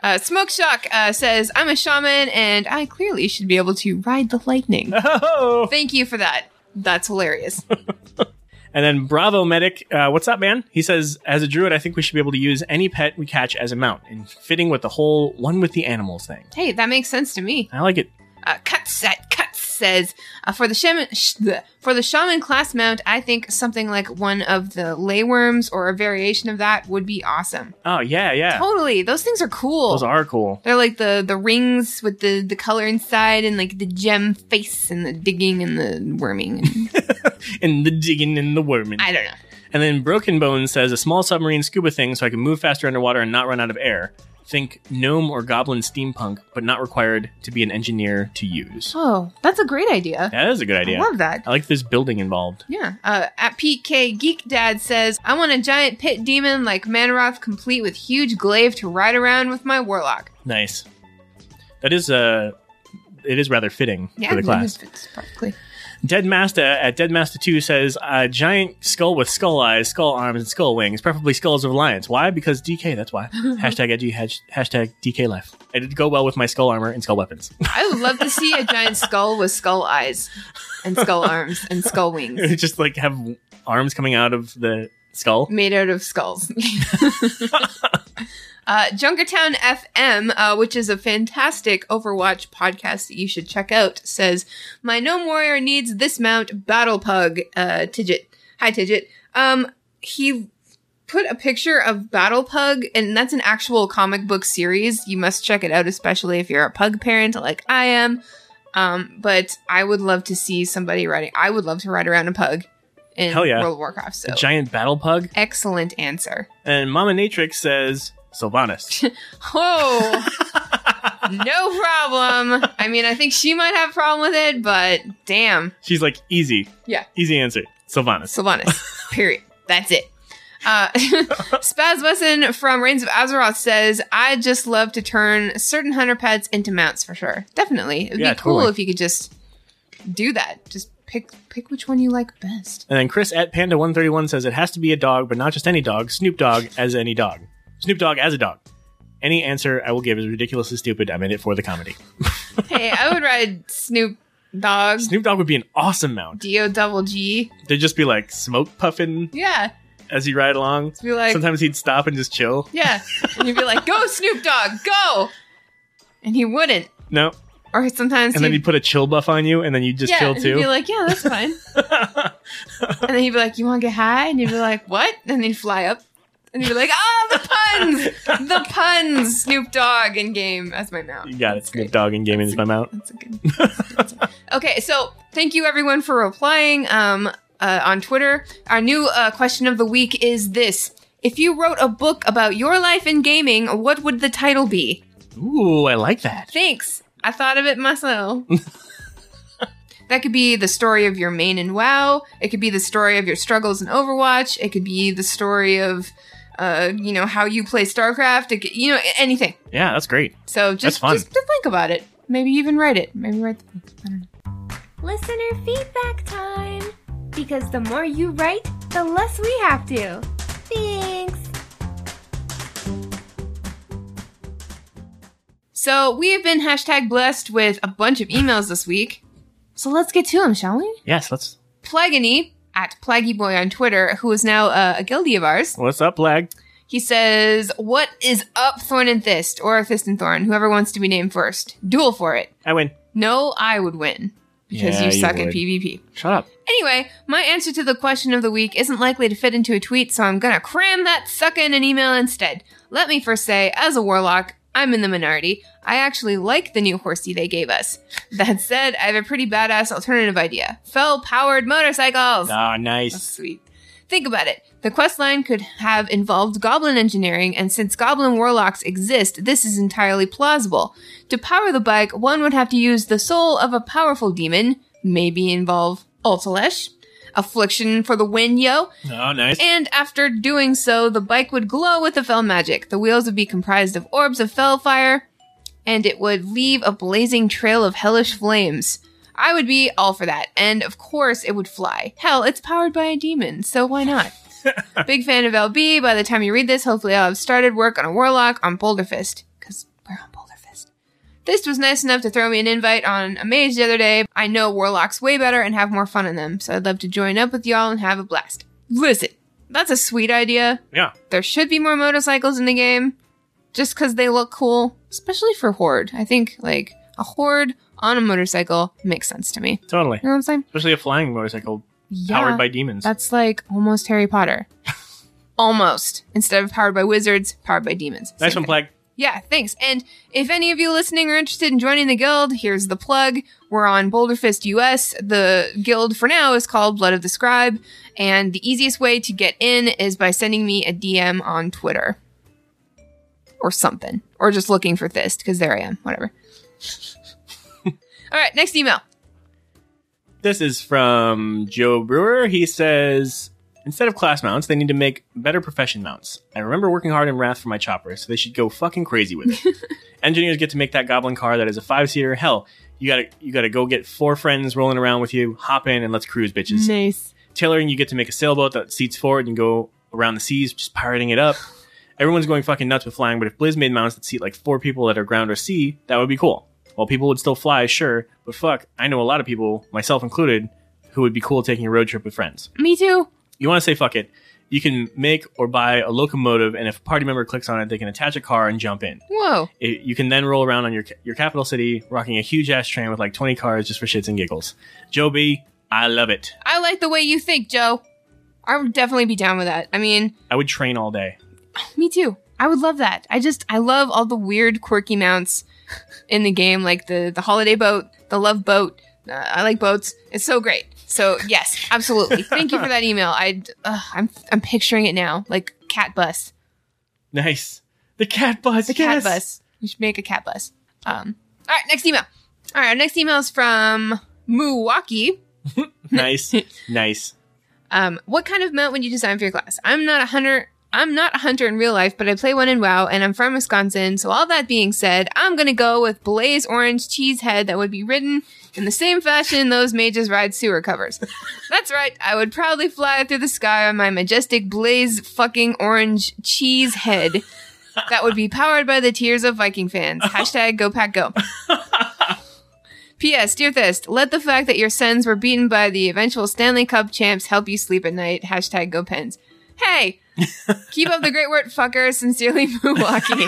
S1: Uh, Smoke Shock uh, says, I'm a shaman and I clearly should be able to ride the lightning.
S2: Oh.
S1: Thank you for that. That's hilarious.
S2: And then Bravo Medic, uh, what's up, man? He says, as a druid, I think we should be able to use any pet we catch as a mount, and fitting with the whole one with the animals thing.
S1: hey, that makes sense to me.
S2: I like it.
S1: Uh, cut set cuts says uh, for the shaman sh- bleh. for the shaman class mount, I think something like one of the layworms or a variation of that would be awesome.
S2: Oh yeah, yeah.
S1: Totally, those things are cool.
S2: Those are cool.
S1: They're like the the rings with the the color inside and like the gem face and the digging and the worming. And
S2: And the digging and the worming.
S1: I don't know.
S2: And then Broken Bone says a small submarine scuba thing so I can move faster underwater and not run out of air. Think gnome or goblin steampunk, but not required to be an engineer to use.
S1: Oh, that's a great idea.
S2: That is a good
S1: I
S2: idea.
S1: love that.
S2: I like this building involved.
S1: Yeah. Uh, at PK Geek Dad says, I want a giant pit demon like Manoroth, complete with huge glaive to ride around with my warlock.
S2: Nice. That is uh it is rather fitting
S1: Yeah,
S2: for the
S1: that
S2: class.
S1: fits perfectly.
S2: Dead Master at Dead Master 2 says a giant skull with skull eyes, skull arms, and skull wings, preferably skulls of lions. Why? Because DK, that's why. hashtag edgy, hash- hashtag DK life. It did go well with my skull armor and skull weapons.
S1: I would love to see a giant skull with skull eyes and skull arms and skull wings
S2: Just like have arms coming out of the skull.
S1: made out of skulls. uh, Junkertown FM, uh, which is a fantastic Overwatch podcast that you should check out, says my gnome warrior needs this mount battle pug uh, Tidget. Hi Tidget. Um, he put a picture of Battle Pug, and that's an actual comic book series. You must check it out, especially if you're a pug parent like I am. Um, but I would love to see somebody riding. I would love to ride around a pug in
S2: Hell yeah.
S1: World of Warcraft. So
S2: A giant battle pug.
S1: excellent answer.
S2: And Mama Natrix says Sylvanas.
S1: Oh, no problem. I mean, I think she might have a problem with it, but damn.
S2: She's like, easy.
S1: Yeah.
S2: Easy answer. Sylvanas.
S1: Sylvanas. Period. That's it. Uh, Spaz Wesson from Reigns of Azeroth says, I'd just love to turn certain hunter pets into mounts for sure. Definitely. It would
S2: Yeah,
S1: be cool
S2: totally.
S1: if you could just do that. Just pick pick which one you like best.
S2: And then Chris at Panda131 says it has to be a dog, but not just any dog. Snoop Dogg as any dog. Snoop Dogg as a dog. Any answer I will give is ridiculously stupid. I'm in it for the comedy.
S1: hey, I would ride Snoop Dogg,
S2: Snoop Dogg would be an awesome mount.
S1: D-O double G.
S2: They'd just be like smoke puffing
S1: Yeah.
S2: as he ride along.
S1: Be like,
S2: Sometimes he'd stop and just chill.
S1: yeah. And you'd be like, go Snoop Dogg, go. And he wouldn't.
S2: No.
S1: Or sometimes
S2: And then
S1: he'd
S2: he'd put a chill buff on you and then you'd just
S1: yeah,
S2: chill
S1: and He'd be
S2: too.
S1: like, yeah, that's fine. and then he'd be like, you want to get high? And you'd be like, what? And he'd fly up. And he'd be like, ah, the puns! the puns! Snoop Dogg in game as my mount.
S2: you got it.
S1: That's great.
S2: Snoop Dog and gaming is my mount.
S1: That's a good. that's a- okay, so thank you everyone for replying um, uh, on Twitter. Our new uh, question of the week is this: If you wrote a book about your life in gaming, what would the title be?
S2: Ooh, I like that.
S1: Thanks. I thought of it myself. that could be the story of your main in WoW. It could be the story of your struggles in Overwatch. It could be the story of, uh, you know, how you play StarCraft. It could, you know, a- anything.
S2: Yeah, that's great.
S1: So just,
S2: fun.
S1: just just think about it. Maybe even write it. Maybe write the book. I don't know.
S3: Listener feedback time! Because the more you write, the less we have to. Thanks!
S1: So we have been hashtag blessed with a bunch of emails this week. So let's get to them, shall we?
S2: Yes, let's.
S1: Plagany at Plaggyboy on Twitter, who is now uh, a guildie of ours.
S2: What's up, Lag?
S1: He says, What is up, Thorn and Thist? Or Thist and Thorn, whoever wants to be named first. Duel for it.
S2: I win.
S1: No, I would win. Because you
S2: Yeah, you
S1: suck at
S2: would.
S1: PvP.
S2: Shut up.
S1: Anyway, my answer to the question of the week isn't likely to fit into a tweet, so I'm gonna cram that sucker in an email instead. Let me first say, as a warlock, I'm in the minority. I actually like the new horsey they gave us. That said, I have a pretty badass alternative idea. Fell powered motorcycles!
S2: Ah, nice.
S1: That's sweet. Think about it. The quest line could have involved goblin engineering, and since goblin warlocks exist, this is entirely plausible. To power the bike, one would have to use the soul of a powerful demon, maybe involve Ultalesh, affliction for the win, yo,
S2: Oh, nice.
S1: and after doing so, the bike would glow with the fell magic. The wheels would be comprised of orbs of fell fire, and it would leave a blazing trail of hellish flames. I would be all for that, and of course it would fly. Hell, it's powered by a demon, so why not? Big fan of LB. By the time you read this, hopefully I'll have started work on a warlock on Boulder Fist, because we're on Boulder Fist. This was nice enough to throw me an invite on a mage the other day. I know warlocks way better and have more fun in them, so I'd love to join up with y'all and have a blast. Listen, that's a sweet idea.
S2: yeah.
S1: There should be more motorcycles in the game just because they look cool, especially for Horde. I think, like, a Horde on a motorcycle makes sense to me.
S2: Totally.
S1: You know what I'm saying?
S2: Especially a flying motorcycle
S1: Yeah.
S2: powered by demons.
S1: That's like almost Harry Potter. almost. Instead of powered by wizards, powered by demons.
S2: nice
S1: Same
S2: one,
S1: thing.
S2: Plague.
S1: Yeah, thanks. And if any of you listening are interested in joining the guild, here's the plug. We're on Boulder Fist US. The guild for now is called Blood of the Scribe, and the easiest way to get in is by sending me a DM on Twitter or something, or just looking for Thist because there I am. Whatever. All right, next email.
S2: This is from Joe Brewer. He says instead of class mounts, they need to make better profession mounts. I remember working hard in Wrath for my chopper, so they should go fucking crazy with it. Engineers get to make that goblin car that is a five seater. Hell, you gotta you gotta go get four friends rolling around with you. Hop in and let's cruise, bitches.
S1: Nice.
S2: tailoring, you get to make a sailboat that seats forward and go around the seas, just pirating it up. Everyone's going fucking nuts with flying, but if Blizz made mounts that seat like four people that are ground or sea, that would be cool. Well, people would still fly, sure, but fuck, I know a lot of people, myself included, who would be cool taking a road trip with friends.
S1: Me too.
S2: You want to say fuck it. You can make or buy a locomotive, and if a party member clicks on it, they can attach a car and jump in.
S1: Whoa.
S2: It, you can then roll around on your ca- your capital city, rocking a huge ass train with like 20 cars just for shits and giggles. Joe B, I love it.
S1: I like the way you think, Joe. I would definitely be down with that. I mean,
S2: I would train all day.
S1: Me too. I would love that. I just I love all the weird quirky mounts in the game, like the the holiday boat, the love boat. Uh, I like boats. It's so great. So yes, absolutely. Thank you for that email. I uh, I'm I'm picturing it now, like cat bus.
S2: Nice. The cat bus.
S1: The
S2: yes!
S1: cat bus. We should make a cat bus. Um. All right, next email. All right, our next email is from Milwaukee.
S2: Nice. nice.
S1: Um, what kind of mount would you design for your class? I'm not a hunter. I'm not a hunter in real life, but I play one in WoW, and I'm from Wisconsin. So all that being said, I'm gonna go with blaze orange cheese head that would be ridden in the same fashion those mages ride sewer covers. That's right. I would proudly fly through the sky on my majestic blaze fucking orange cheese head. That would be powered by the tears of Viking fans. Hashtag go pack go. P.S. Dear Thist, let the fact that your sons were beaten by the eventual Stanley Cup champs help you sleep at night. Hashtag go pens. Hey! keep up the great work, fucker. Sincerely, Milwaukee.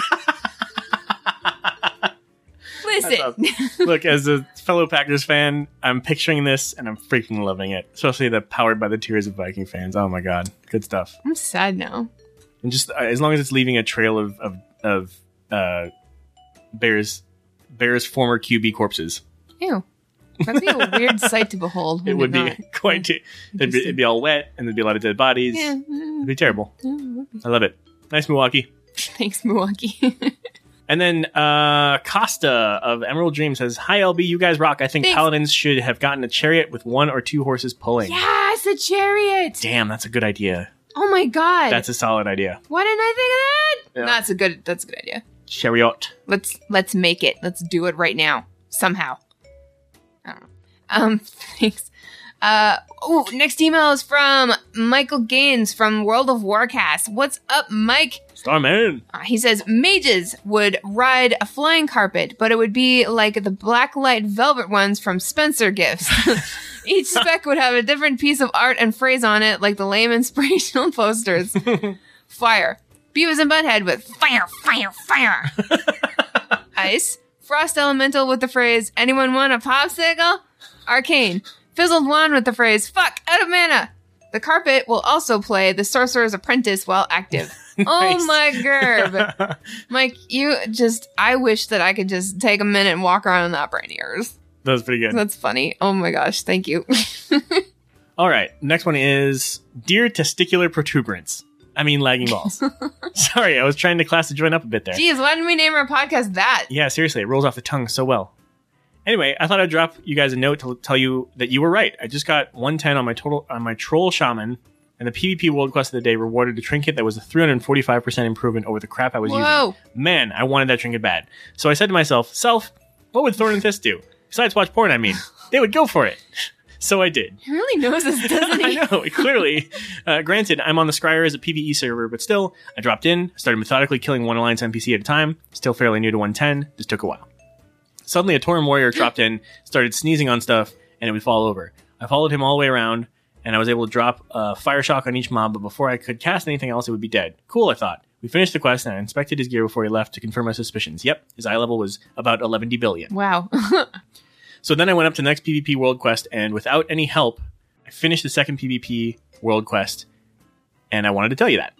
S1: Listen,
S2: That's Look, as a fellow Packers fan, I'm picturing this and I'm freaking loving it. Especially the powered by the tears of Viking fans. Oh my god, good stuff.
S1: I'm sad now.
S2: And just uh, as long as it's leaving a trail of of, of uh, Bears Bears former QB corpses,
S1: Ew. That'd be a weird sight to behold.
S2: it would
S1: not?
S2: be quite. It'd be, it'd be all wet and there'd be a lot of dead bodies.
S1: Yeah.
S2: It'd be terrible.
S1: mm, mm.
S2: I love it. Nice Milwaukee.
S1: Thanks, Milwaukee.
S2: And then uh, Costa of Emerald Dream says, "Hi LB, you guys rock. I think
S1: Thanks.
S2: paladins should have gotten a chariot with one or two horses pulling.
S1: yes, a Ah, chariot.
S2: Damn, that's a good idea.
S1: Oh my god.
S2: That's a solid idea.
S1: Why didn't I think of that?
S2: Yeah.
S1: No, that's a good. That's a good idea.
S2: Chariot.
S1: Let's let's make it. Let's do it right now. Somehow. I don't know. Um, thanks. Uh, oh, next email is from Michael Gaines from World of Warcast. What's up, Mike?
S2: Starman.
S1: Uh, he says mages would ride a flying carpet, but it would be like the black light velvet ones from Spencer Gifts. Each spec would have a different piece of art and phrase on it, like the lame inspirational posters. fire. Beavis and Butthead with fire, fire, fire. Ice. Frost Elemental with the phrase, anyone want a popsicle? Arcane. Fizzled Wand with the phrase, fuck, out of mana. The carpet will also play the Sorcerer's Apprentice while active. Oh
S2: Nice.
S1: my gerb. Mike, you just, I wish that I could just take a minute and walk around in the opera in ears.
S2: That was pretty good.
S1: That's funny. Oh my gosh, thank you.
S2: All right, next one is dear testicular protuberance. I mean lagging balls. Sorry, I was trying to class to join up a bit there.
S1: Jeez, why didn't we name our podcast that?
S2: Yeah, seriously, it rolls off the tongue so well. Anyway, I thought I'd drop you guys a note to l- tell you that you were right. I just got 110 on my total on my troll shaman, and the PvP world quest of the day rewarded a trinket that was a 345 percent improvement over the crap I was
S1: Whoa.
S2: using. Man, I wanted that trinket bad. So I said to myself, self, what would Thorn and Fist do? Besides watch porn, I mean, they would go for it. So I did.
S1: He really knows this, doesn't he?
S2: I know, clearly. Uh, granted, I'm on the Scryer as a PvE server, but still, I dropped in, started methodically killing one Alliance NPC at a time, still fairly new to 110, just took a while. Suddenly, a Torum warrior dropped in, started sneezing on stuff, and it would fall over. I followed him all the way around, and I was able to drop a fire shock on each mob, but before I could cast anything else, it would be dead. Cool, I thought. We finished the quest, and I inspected his gear before he left to confirm my suspicions. Yep, his eye level was about 11 D billion.
S1: Wow.
S2: So then I went up to the next PvP world quest, and without any help, I finished the second PvP world quest, and I wanted to tell you that.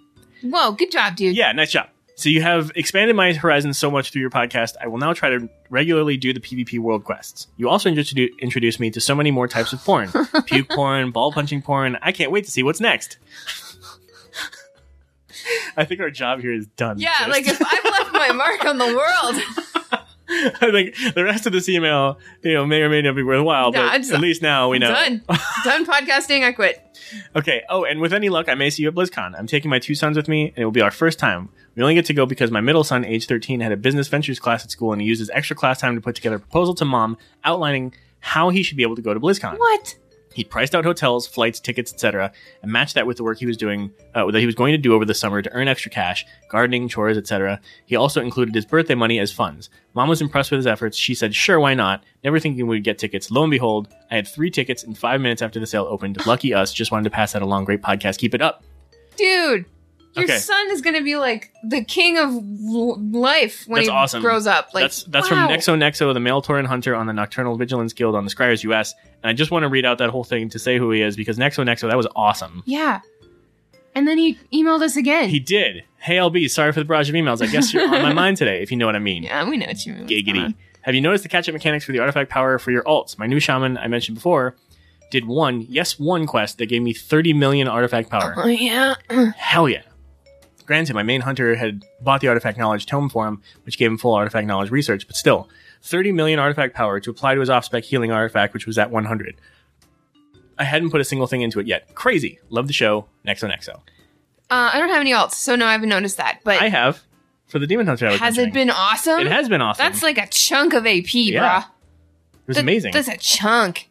S1: Whoa, good job, dude.
S2: Yeah, nice job. So you have expanded my horizons so much through your podcast. I will now try to regularly do the PvP world quests. You also introdu- introduced me to so many more types of porn: puke porn, ball punching porn. I can't wait to see what's next. I think our job here is done.
S1: Yeah,
S2: Fist.
S1: like if I've left my mark on the world,
S2: I think the rest of this email, you know, may or may not be worthwhile.
S1: Nah,
S2: but
S1: it's-
S2: at least now we know.
S1: done. done podcasting, I quit.
S2: Okay. Oh, and with any luck, I may see you at BlizzCon. I'm taking my two sons with me, and it will be our first time. We only get to go because my middle son, age 13, had a business ventures class at school, and he used his extra class time to put together a proposal to mom outlining how he should be able to go to BlizzCon.
S1: What?
S2: He priced out hotels, flights, tickets, etc., and matched that with the work he was doing uh, that he was going to do over the summer to earn extra cash, gardening, chores, etc. He also included his birthday money as funds. Mom was impressed with his efforts. She said, "Sure, why not?" Never thinking we'd get tickets. Lo and behold, I had three tickets in five minutes after the sale opened. Lucky us. Just wanted to pass that along. Great podcast. Keep it up.
S1: Dude, your
S2: Okay.
S1: son is going to be like the king of l- life when
S2: That's
S1: he
S2: awesome.
S1: grows up. Like
S2: that's that's
S1: wow.
S2: from Nexo Nexo, the male Torin hunter on the Nocturnal Vigilance Guild on the Scryers US. And I just want to read out that whole thing to say who he is because Nexo Nexo, that was awesome.
S1: Yeah. And then he emailed us again.
S2: He did. Hey, LB, sorry for the barrage of emails. I guess you're on my mind today, if you know what I mean.
S1: yeah, we know what you mean.
S2: Giggity. Have you noticed the catch up mechanics for the artifact power for your alts? My new shaman I mentioned before did
S1: Uh-huh.
S2: one, yes, one quest that gave me 30 million artifact power.
S1: Oh, yeah.
S2: Hell yeah. Granted, my main hunter had bought the artifact knowledge tome for him, which gave him full artifact knowledge research, but still, 30 million artifact power to apply to his off spec healing artifact, which was at 100. I hadn't put a single thing into it yet. Crazy. Love the show. Nexo Nexo.
S1: Uh, I don't have any alts, so no, I haven't noticed that. But
S2: I have for the Demon Hunter. I was
S1: has it
S2: mentioning.
S1: been awesome?
S2: It has been awesome.
S1: That's like a chunk of AP,
S2: Yeah.
S1: bruh.
S2: it was
S1: That-
S2: amazing.
S1: That's a chunk.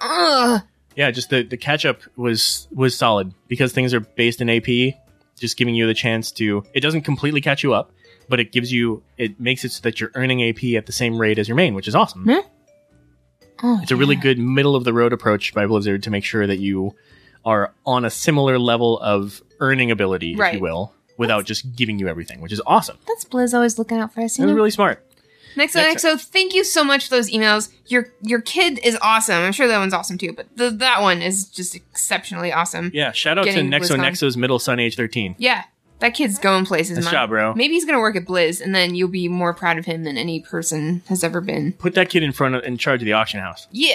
S1: Ugh.
S2: yeah, just the, the catch up was was solid because things are based in AP, just giving you the chance to. It doesn't completely catch you up, but it gives you. It makes it so that you're earning AP at the same rate as your main, which is awesome.
S1: Hmm. Oh,
S2: It's a really good middle of the road approach by Blizzard to make sure that you are on a similar level of earning ability, if
S1: Right.
S2: you will, without just giving you everything, which is awesome.
S1: That's Blizz always looking out for us.
S2: It was really smart.
S1: Next one,
S2: Next
S1: XO, thank you so much for those emails. Your your kid is awesome. I'm sure that one's awesome too, but th- that one is just exceptionally awesome. Yeah,
S2: Yeah, shout out to
S1: Getting
S2: Nexo
S1: BlizzCon.
S2: Nexo's middle son, age 13.
S1: that kid's going places.
S2: Nice
S1: man.
S2: job, bro.
S1: Maybe he's gonna work at Blizz, and then you'll be more proud of him than any person has ever been.
S2: Put that kid in front of in charge of the auction house.
S1: Yeah,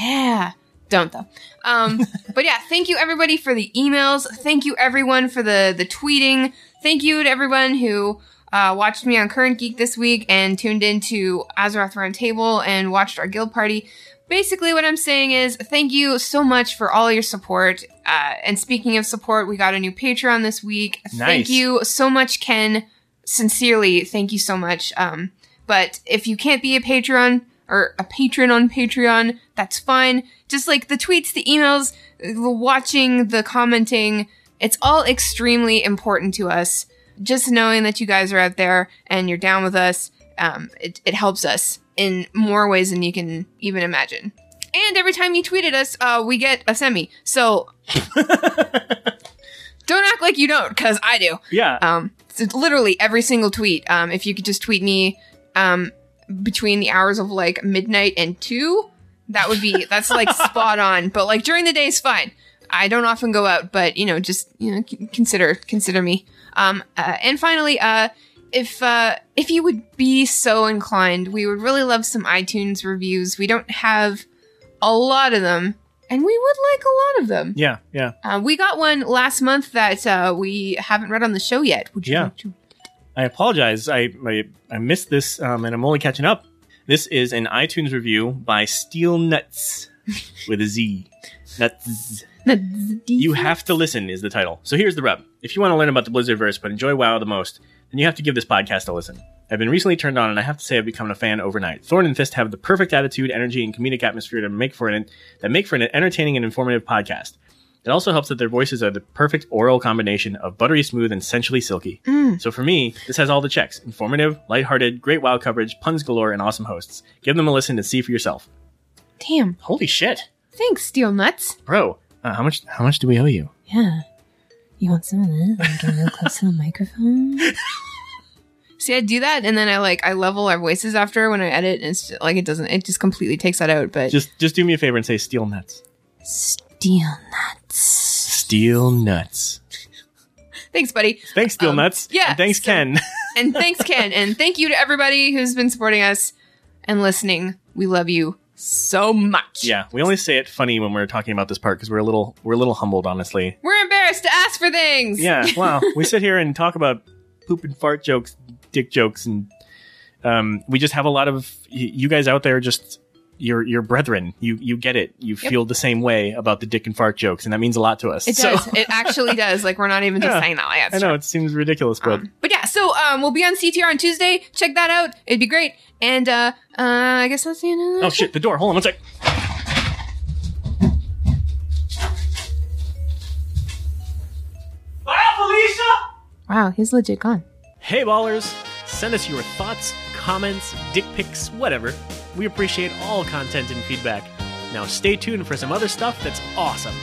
S1: yeah. Don't though. Um, but yeah, thank you everybody for the emails. Thank you everyone for the the tweeting. Thank you to everyone who. Uh, watched me on Current Geek this week and tuned into Azeroth Roundtable and watched our guild party. basically what i'm saying is thank you so much for all your support uh, and speaking of support we got a new patreon this week thank
S2: Nice.
S1: you so much ken sincerely thank you so much um, but if you can't be a patron or a patron on patreon that's fine just like the tweets the emails the watching the commenting it's all extremely important to us just knowing that you guys are out there and you're down with us um, it, it helps us in more ways than you can even imagine. And every time you tweet at us, uh, we get a semi. So don't act like you don't, because I do.
S2: Yeah,
S1: Um, so literally every single tweet. Um, if you could just tweet me um, between the hours of like midnight and two, that would be that's like spot on. But like during the day is fine. I don't often go out, but you know, just you know, c- consider consider me. Um, uh, and finally, uh, if uh, if you would be so inclined, we would really love some iTunes reviews. We don't have a lot of them, and we would like a lot of them.
S2: yeah, yeah.
S1: Uh, we got one last month that uh, we haven't read on the show yet. Would you
S2: Yeah.
S1: like to-
S2: I apologize. I I, I missed this, um, and I'm only catching up. This is an iTunes review by Steel Nuts with a Z. Nuts. You have to listen is the title. So here's the rub. If you want to learn about the Blizzardverse but enjoy WoW the most, then you have to give this podcast a listen. I've been recently turned on, and I have to say I've become a fan overnight. Thorn and Fist have the perfect attitude, energy, and comedic atmosphere to make for an that make for an entertaining and informative podcast. It also helps that their voices are the perfect oral combination of buttery smooth and sensually silky. So for me, this has all the checks: informative, lighthearted, great WoW coverage, puns galore, and awesome hosts. Give them a listen and see for yourself.
S1: Damn.
S2: Holy shit,
S1: Thanks, Steel Nuts.
S2: bro! Uh, how much? How much do we owe you?
S7: Yeah. You want some of this? I'm getting real close to the microphone.
S1: See, I do that, and then I like I level our voices after when I edit, and it's just, like it doesn't. It just completely takes that out. But
S2: Just, just do me a favor and say steel nuts.
S7: Steel nuts.
S2: Steel nuts.
S1: thanks, buddy,
S2: Thanks, Steel
S1: Um,
S2: Nuts.
S1: yeah,
S2: And thanks,
S1: so-
S2: Ken.
S1: and thanks, Ken, and thank you to everybody who's been supporting us and listening. We love you so much.
S2: yeah, we only say it funny when we're talking about this part because we're a little we're a little humbled, honestly.
S1: We're embarrassed to ask for things.
S2: Yeah. Wow. we sit here and talk about poop and fart jokes, dick jokes, and um, we just have a lot of y- you guys out there just. Your your brethren, you you get it. You feel the same way about the dick and fart jokes, and that means a lot to us.
S1: It
S2: So-
S1: does. It actually does. Like we're not even just
S2: Yeah.
S1: saying "Oh, that. Like, that's
S2: I know it seems ridiculous, but
S1: Um, but yeah, so um, we'll be on CTR on Tuesday. Check that out; it'd be great. And uh, uh, I guess that's the end of the
S2: oh shit, the door. Hold on one sec.
S1: Wow, he's legit gone.
S2: Hey ballers! Send us your thoughts, comments, dick pics, whatever. We appreciate all content and feedback. Now stay tuned for some other stuff that's awesome.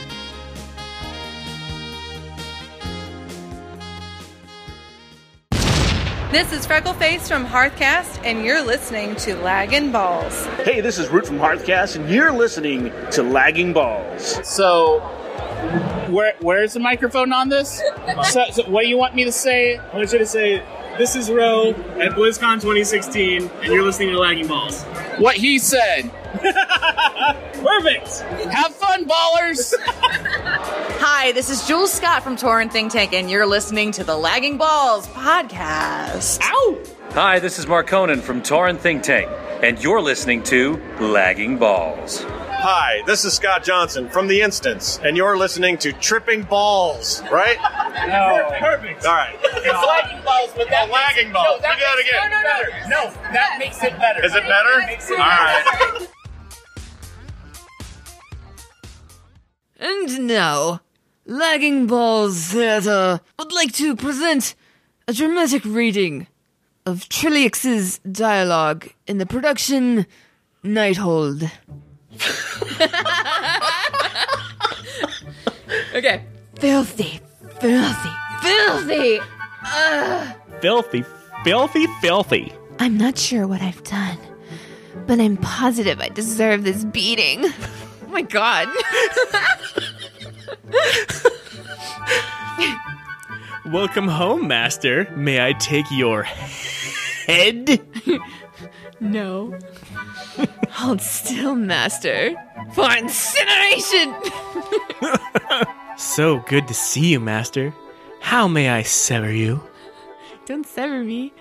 S8: This is Freckleface from Hearthcast, and you're listening to Laggin' Balls.
S9: Hey, this is Root from Hearthcast, and you're listening to Lagging Balls.
S10: So, where where's the microphone on this? so, so what do you want me to say? I want you to say, "This is Roe at BlizzCon 2016, and you're listening to Lagging Balls." What he said. Perfect. Have fun, ballers.
S11: Hi, this is Jules Scott from Torrent Think Tank, and you're listening to the Lagging Balls podcast. Ow!
S12: Hi, this is Mark Conan from Torrent Think Tank, and you're listening to Lagging Balls.
S10: Hi, this is Scott Johnson from The Instance, and you're listening to Tripping Balls, right? Oh.
S13: No. Perfect.
S10: All right.
S13: It's lagging balls, but that
S10: lagging
S13: balls.
S10: balls.
S13: No, that
S10: We do that
S13: makes-
S10: again.
S13: No, no, no, no. No, that makes it better.
S10: Is it better?
S13: Makes
S10: All right.
S1: And now, Lagging Balls Theater would like to present a dramatic reading of Trillix's dialogue in the production Nighthold.
S11: Okay.
S1: Filthy, filthy, filthy! Ugh.
S2: Filthy, filthy, filthy.
S1: I'm not sure what I've done, but I'm positive I deserve this beating. Oh my god.
S2: Welcome home, master. May I take your head?
S1: No. Hold still, master. For incineration!
S2: So good to see you, master. How may I sever you?
S1: Don't sever me.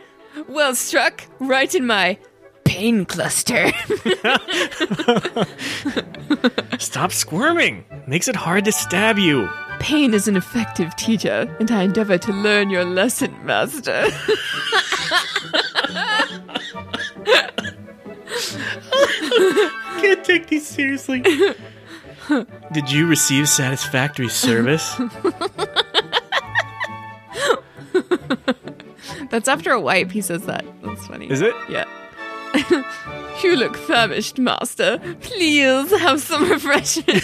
S1: Well struck, right in my pain cluster.
S2: Stop squirming. Makes it hard to stab you.
S1: pain is an effective teacher, and I endeavor to learn your lesson, master.
S2: Can't take these seriously. Did you receive satisfactory service?
S1: That's after a wipe, he says that. That's funny.
S2: Is it?
S1: Yeah. you look famished, master. Please have some refreshment.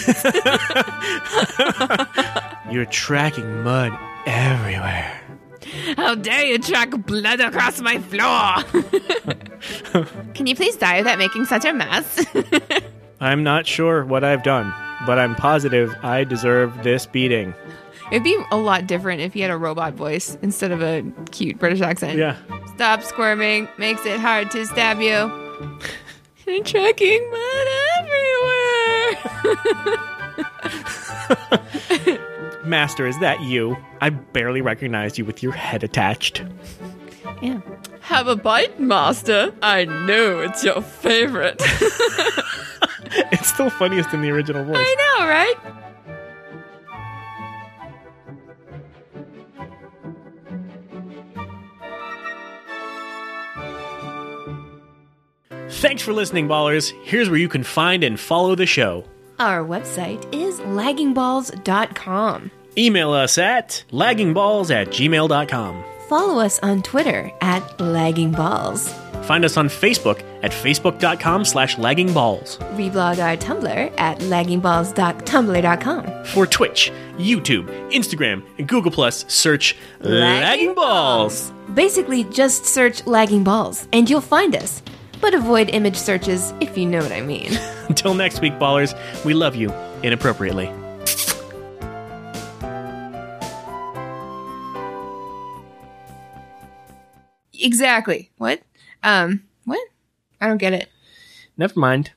S2: You're tracking mud everywhere.
S1: How dare you track blood across my floor! Can you please die without making such a mess?
S2: I'm not sure what I've done, but I'm positive I deserve this beating.
S1: It'd be a lot different if he had a robot voice instead of a cute British accent.
S2: Yeah.
S1: Stop squirming. Makes it hard to stab you. And tracking mud everywhere.
S2: Master, is that you? I barely recognized you with your head attached.
S1: yeah. Have a bite, master. I know it's your favorite.
S2: It's still funniest in the original voice.
S1: I know, right?
S2: Thanks for listening, ballers. Here's where you can find and follow the show.
S1: Our website is laggingballs.com.
S2: Email us at laggingballs at gmail.com.
S1: Follow us on Twitter at laggingballs.
S2: Find us on Facebook at facebook.com slash laggingballs.
S1: Reblog our Tumblr at laggingballs.tumblr.com.
S2: For Twitch, YouTube, Instagram, and Google Plus, search Lagging Balls.
S1: Basically, just search lagging balls and you'll find us. But avoid image searches if you know what I mean.
S2: Until next week, ballers, we love you inappropriately.
S14: Exactly. What? Um, what? I don't get it.
S2: Never mind.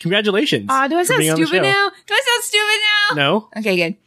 S2: Congratulations.
S14: Aw, do I
S2: for
S14: sound
S2: being on the
S14: stupid
S2: show.
S14: now? Do I sound stupid now?
S2: No.
S14: Okay, good.